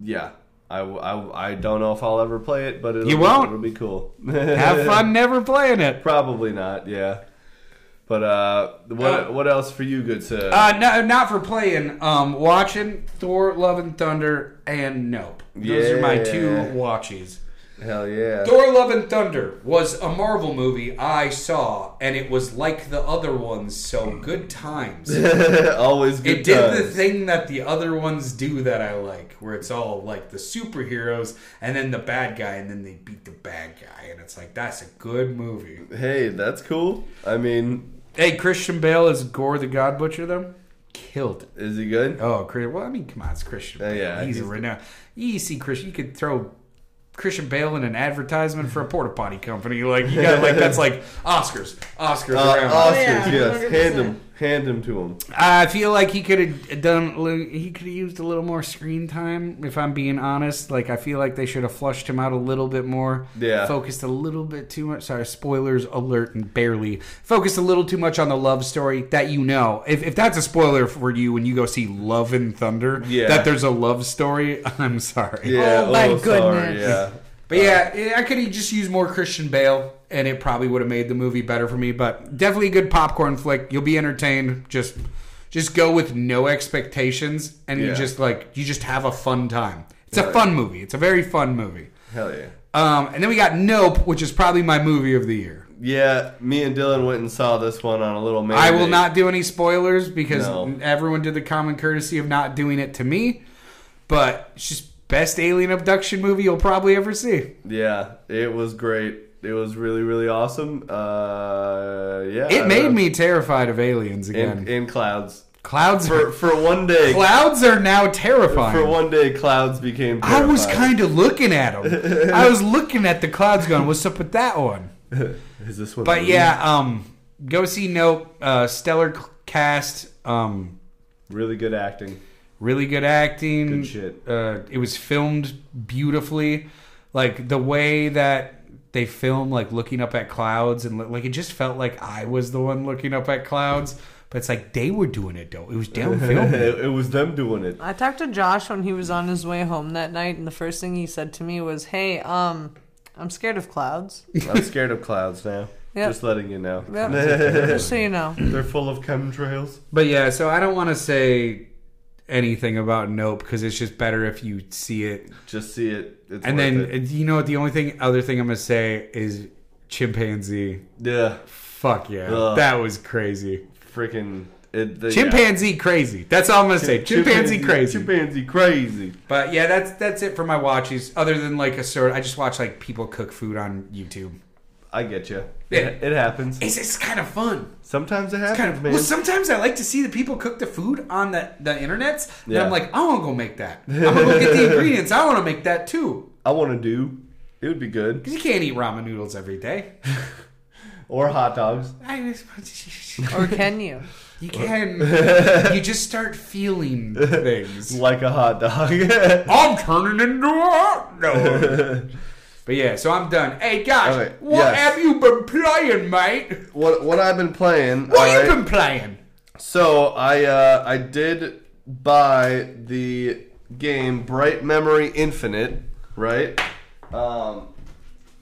D: yeah. I, w- I, w- I don't know if I'll ever play it, but it'll,
B: You
D: be-
B: won't.
D: it'll be cool.
B: Have fun never playing it.
D: Probably not. Yeah. But uh, what what else for you, good sir?
B: Uh, no, not for playing. Um, watching Thor: Love and Thunder and Nope. Those are my two
D: Yeah.
B: watches.
D: Hell yeah.
B: Thor: Love and Thunder was a Marvel movie I saw, and it was like the other ones. So good times. it
D: Always good
B: did the
D: times.
B: thing that the other ones do that I like, where it's all like the superheroes and then the bad guy, and then they beat the bad guy, and it's like that's a good movie.
D: Hey, that's cool. I mean,
B: Hey, Christian Bale is Gore the God Butcher though. Killed it.
D: is he good?
B: Oh, Chris. Well, I mean, come on, it's Christian.
D: Uh,
B: Bale.
D: yeah,
B: he's,
D: he's-
B: a renowned. You see, Christian, you could throw Christian Bale in an advertisement for a porta potty company. Like you got like that's like Oscars, Oscars
D: Uh,
B: around.
D: Oscars,
A: Oh, yeah, Oh,
D: yes.
A: 100%.
D: Hand him, hand him to him.
B: I feel like he could have done. a little- He could have used a little more screen time. If I'm being honest, like I feel like they should have flushed him out a little bit more.
D: Yeah.
B: focused a little bit too much. Sorry, spoilers alert and barely focused a little too much on the love story that you know. If, if that's a spoiler for you when you go see Love and Thunder,
D: Yeah.
B: that there's a love story. I'm sorry.
D: Yeah.
A: Oh, my
D: sorry,
A: goodness.
D: yeah.
B: But yeah, yeah, I could have just used more Christian Bale, and it probably would have made the movie better for me. But definitely a good popcorn flick. You'll be entertained. Just, just go with no expectations, and
D: Yeah.
B: you just like you just have a fun time. It's
D: Right.
B: a fun movie. It's a very fun movie.
D: Hell yeah.
B: Um, and then we got Nope, which is probably my movie of the year.
D: Yeah, me and Dylan went and saw this one on a little man.
B: I will not do any spoilers because
D: No.
B: everyone did the common courtesy of not doing it to me. But it's just best alien abduction movie you'll probably ever see.
D: Yeah, it was great. It was really, really awesome. Uh, yeah.
B: It
D: I
B: made
D: don't know.
B: me terrified of aliens again.
D: in, in clouds
B: clouds
D: for
B: are
D: for one day.
B: clouds are now
D: For
B: terrifying.
D: one day, clouds became.
B: I was
D: terrifying.
B: kind of looking at them. I was looking at the clouds, going, "What's up with that one?"
D: Is this one?
B: But
D: really-
B: yeah, um, go see Nope. Uh, stellar c- cast. Um,
D: really good acting.
B: Really good acting.
D: Good shit.
B: Uh, it was filmed beautifully. Like the way that they film, like looking up at clouds, and li- like it just felt like I was the one looking up at clouds. But it's like they were doing it though. It was down film.
D: it, it was them doing it.
A: I talked to Josh when he was on his way home that night, and the first thing he said to me was, "Hey, um, I'm scared of clouds."
D: I'm scared of clouds now.
A: Yep.
D: Just letting you know.
A: Yep. Just so you know,
D: They're full of chemtrails.
B: But yeah, so I don't want to say anything about Nope because it's just better if you see it.
D: Just see it. It's
B: And
D: worth
B: then uh,
D: it.
B: you know what? The only thing, other thing I'm gonna say is chimpanzee.
D: yeah,
B: Fuck yeah,
D: Ugh.
B: that was crazy.
D: freaking it. The,
B: Chimpanzee crazy. That's all I'm gonna say.
D: yeah.
B: Chimpanzee, crazy.
D: Chimpanzee crazy.
B: But yeah, that's that's it for my watches. Other than like a sort, I just watch like people cook food on YouTube.
D: I get you.
B: Yeah.
D: It, it happens.
B: It's, it's kind of fun.
D: Sometimes it happens,
B: Kind of.
D: man.
B: Well, sometimes I like to see the people cook the food on the the internets. And
D: Yeah.
B: I'm like, I want to go make that. I'm gonna go get the ingredients. I want to make that too.
D: I want to do. It would be good.
B: Because you can't eat ramen noodles every day.
D: Or hot dogs.
B: I-
A: or can you?
B: you can. You just start feeling things.
D: Like a hot dog.
B: I'm turning into a hot dog. But yeah, so I'm done. Hey, guys,
D: Okay,
B: what
D: yes.
B: have you been playing, mate?
D: what what I've been playing.
B: What
D: all
B: have
D: right?
B: you been playing?
D: So I uh, I did buy the game Bright Memory Infinite, right? Um,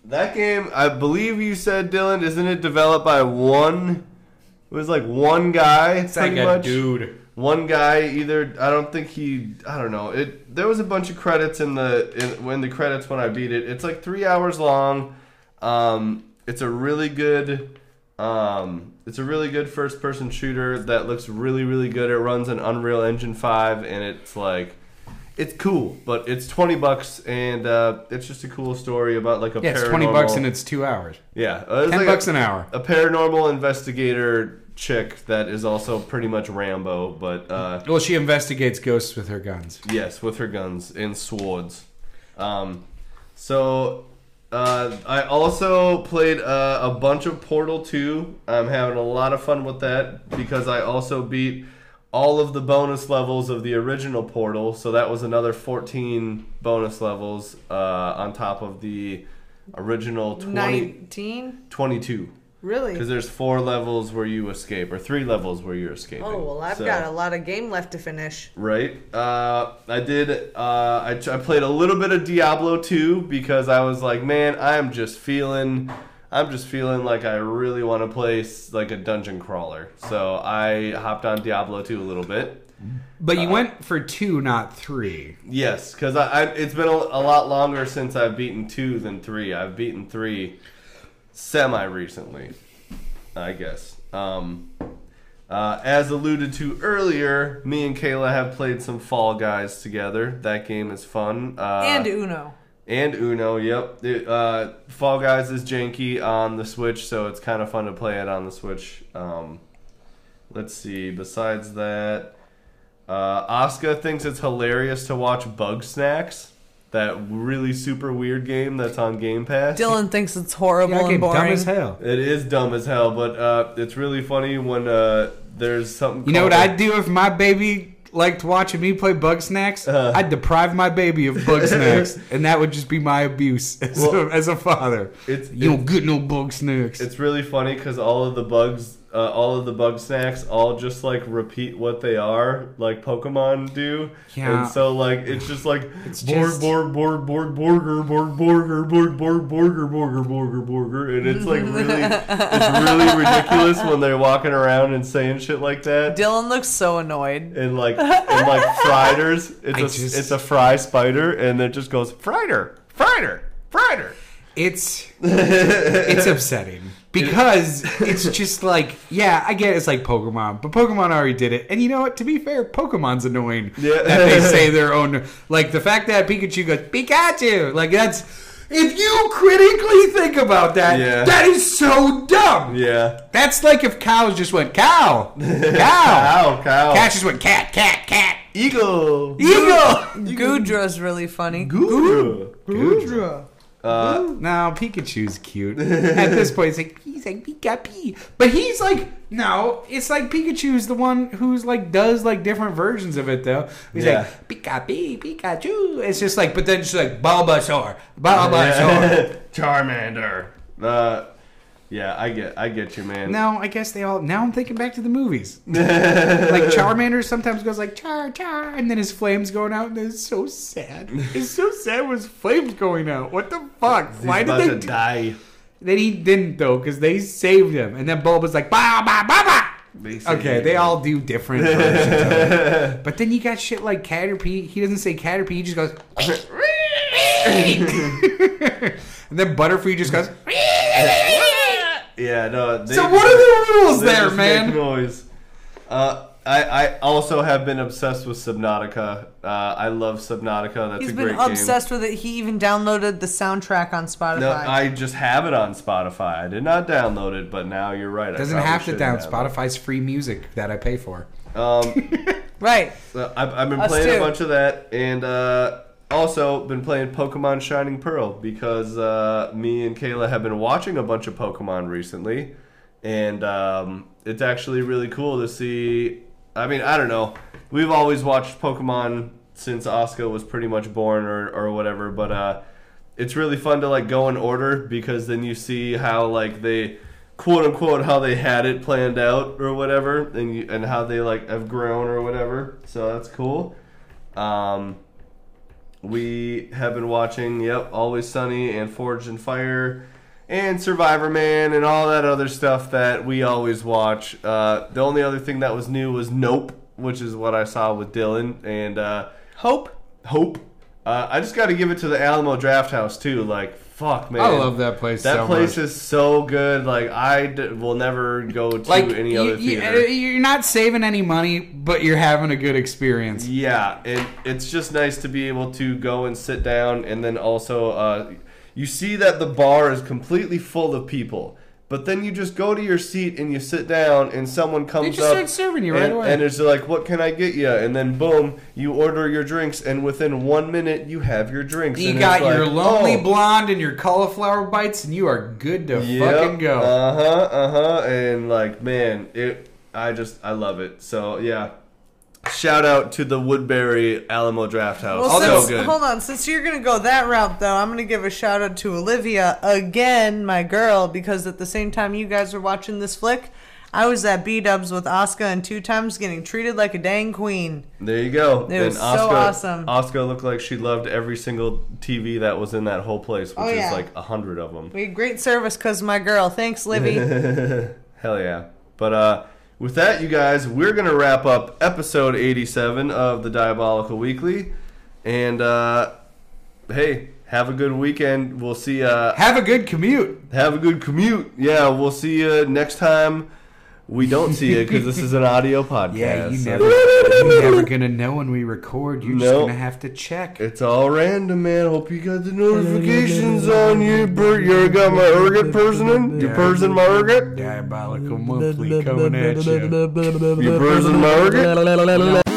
D: that game, I believe you said, Dylan, isn't it developed by one? It was like one guy,
B: It's like
D: pretty
B: a
D: much.
B: dude.
D: One guy, either. I don't think he. I don't know. It. There was a bunch of credits in the in when the credits when I beat it. It's like three hours long. Um, it's a really good. Um, it's a really good first-person shooter that looks really, really good. It runs an Unreal Engine five, and it's like, it's cool, but it's twenty bucks, and uh, it's just a cool story about like a
B: Yeah, it's
D: paranormal.
B: 20 bucks and it's two hours.
D: yeah, uh, it's
B: 10
D: like a-
B: bucks an hour.
D: a paranormal investigator chick that is also pretty much Rambo, but uh,
B: Well, she investigates ghosts with her guns.
D: yes, with her guns and swords. Um, so uh, I also played uh, a bunch of Portal 2. I'm having a lot of fun with that because I also beat all of the bonus levels of the original Portal. So that was another 14 bonus levels uh, on top of the original 20,
A: Nineteen?
D: 22. Because
A: Really?
D: there's four levels where you escape, or three levels where you're escaping.
A: Oh well, I've
D: So-
A: got a lot of game left to finish.
D: Right. Uh, I did. Uh, I, I played a little bit of Diablo 2 because I was like, man, I'm just feeling, I'm just feeling like I really want to play s- like a dungeon crawler. So I hopped on Diablo 2 a little bit.
B: But you went for two, not three.
D: Yes, because I, I it's been a, a lot longer since I've beaten two than three. I've beaten three semi recently, I guess. Um, uh, as alluded to earlier, me and Kayla have played some Fall Guys together. That game is fun. Uh,
A: And Uno.
D: and Uno, yep. It, uh, Fall Guys is janky on the Switch, so it's kind of fun to play it on the Switch. Um, let's see. Besides that, uh, Oscar thinks it's hilarious to watch Bug Snacks, that really super weird game that's on Game Pass.
A: Dylan thinks it's horrible and boring.
B: dumb as hell.
D: It is dumb as hell, but uh, it's really funny when uh, there's something.
B: You know what
D: called-
B: I'd do if my baby liked watching me play bug snacks?
D: Uh.
B: I'd deprive my baby of bug snacks, and that would just be my abuse as,
D: Well,
B: a, as a father.
D: It's,
B: You don't get no bug snacks.
D: It's really funny because all of the bugs, uh, all of the bug snacks, all just like repeat what they are, like Pokemon do.
B: Yeah.
D: And so like it's just like borg
B: just-
D: borg borg borg borger borg borger borg borg borger borger borger borger, and it's like really, it's really ridiculous when they're walking around and saying shit like that.
A: Dylan looks so annoyed.
D: And like and like frieders, it's
B: I
D: a
B: just-
D: it's a fry spider, and it just goes frieder, frieder, frieder.
B: It's it's upsetting because it's just like yeah, I get it's like Pokemon, but Pokemon already did it. And you know what? To be fair, Pokemon's annoying
D: Yeah.
B: that they say their own like the fact that Pikachu goes Pikachu like that's if you critically think about that,
D: Yeah.
B: that is so dumb.
D: Yeah.
B: That's like if cows just went cow, cow.
D: Cow, cow.
B: Cats just went cat, cat, cat.
D: eagle.
B: Eagle.
A: Gudra's really funny.
D: Gudra.
B: Gudra.
D: Uh,
B: No, Pikachu's cute. At this point, it's like he's like Pika Pee. But he's like no, it's like Pikachu's the one who's like does like different versions of it though. He's
D: Yeah.
B: like Pika Pee, Pikachu. It's just like but then she's like Bulbasaur, Bulbasaur.
D: Charmander. Uh, yeah, I get, I get you, man.
B: No, I guess they all. Now I'm thinking back to the movies. like Charmander sometimes goes like char char, and then his flames going out, and it's so sad. It's so sad with his flames going out. What the fuck?
D: He's
B: Why did
D: about
B: they?
D: to
B: do-
D: die?
B: Then he didn't though, because they saved him, and then Bulba's like ba ba ba ba.
D: They saved
B: Okay, they
D: him.
B: all do different versions of it. But then you got shit like Caterpie. He doesn't say Caterpie. He just goes. and then Butterfree just goes.
D: Yeah, no. They,
B: so what are the rules
D: they
B: there,
D: just make
B: man?
D: Noise. Uh, I, I also have been obsessed with Subnautica. Uh, I love Subnautica. That's
A: He's
D: a
A: been
D: great
A: obsessed with it. He even downloaded the soundtrack on Spotify.
D: game. No, I just have it on Spotify. I did not download it, but now you're right. I
B: Doesn't
D: probably
B: have to
D: should
B: down.
D: download
B: Spotify's free music that I pay for.
D: it. Um,
A: right.
D: So I've, I've been
A: Us
D: playing
A: too.
D: a bunch of that, and uh, also been playing Pokemon Shining Pearl because uh, me and Kayla have been watching a bunch of Pokemon recently, and um, it's actually really cool to see. I mean, I don't know. We've always watched Pokemon since Oscar was pretty much born or, or whatever, but uh, it's really fun to like go in order because then you see how like they quote unquote how they had it planned out or whatever and you, and how they like have grown or whatever so that's cool um we have been watching yep always sunny and forged in fire and survivor man and all that other stuff that we always watch uh the only other thing that was new was nope which is what i saw with dylan and uh
A: Hope.
D: hope. Uh, I just got to give it to the Alamo Draft House too. Like, fuck, man,
B: I love that place.
D: That
B: so
D: place
B: much.
D: is so good. Like, I d- will never go to
B: like
D: any
B: you,
D: other
B: you,
D: theater.
B: are not saving any money, but you're having a good experience.
D: yeah, and it's just nice to be able to go and sit down, and then also uh, you see that the bar is completely full of people. But then you just go to your seat and you sit down, and someone comes
B: just
D: up
B: start serving you right
D: and-
B: away.
D: and it's like, "What can I get you?" And then boom, you order your drinks, and within one minute you have your drinks.
B: You
D: and
B: got
D: it's like,
B: your lonely
D: oh.
B: blonde and your cauliflower bites, and you are good to fucking go.
D: Uh huh. Uh huh. And like, man, it. I just, I love it. So yeah. Shout out to the Woodbury Alamo Draft House.
A: Well,
D: so
A: since,
D: good.
A: hold on. Since you're gonna go that route, though, I'm gonna give a shout out to Olivia again, my girl, because at the same time you guys were watching this flick, I was at B Dubs with Oscar and two times getting treated like a dang queen.
D: There you go.
A: It was so awesome.
D: Oscar looked like she loved every single TV that was in that whole place, which
A: Oh, yeah.
D: is like a hundred of them.
A: We had great service, cause my girl. Thanks, Livy.
D: Hell yeah. But uh, with that, you guys, we're going to wrap up episode 87 of the Diabolical Weekly. And uh, hey, have a good weekend. We'll see. Uh,
B: Have a good commute.
D: have a good commute. Yeah, we'll see you next time. We don't see you because this is an audio podcast.
B: Yeah, you
D: so-
B: never, you're never gonna know when we record. You're just
D: No.
B: gonna have to check.
D: It's all random, man. Hope you got the notifications on you. Bert, you got my ergot person in? You person my ergot?
B: Diabolical monthly coming at you.
D: You person my ergot?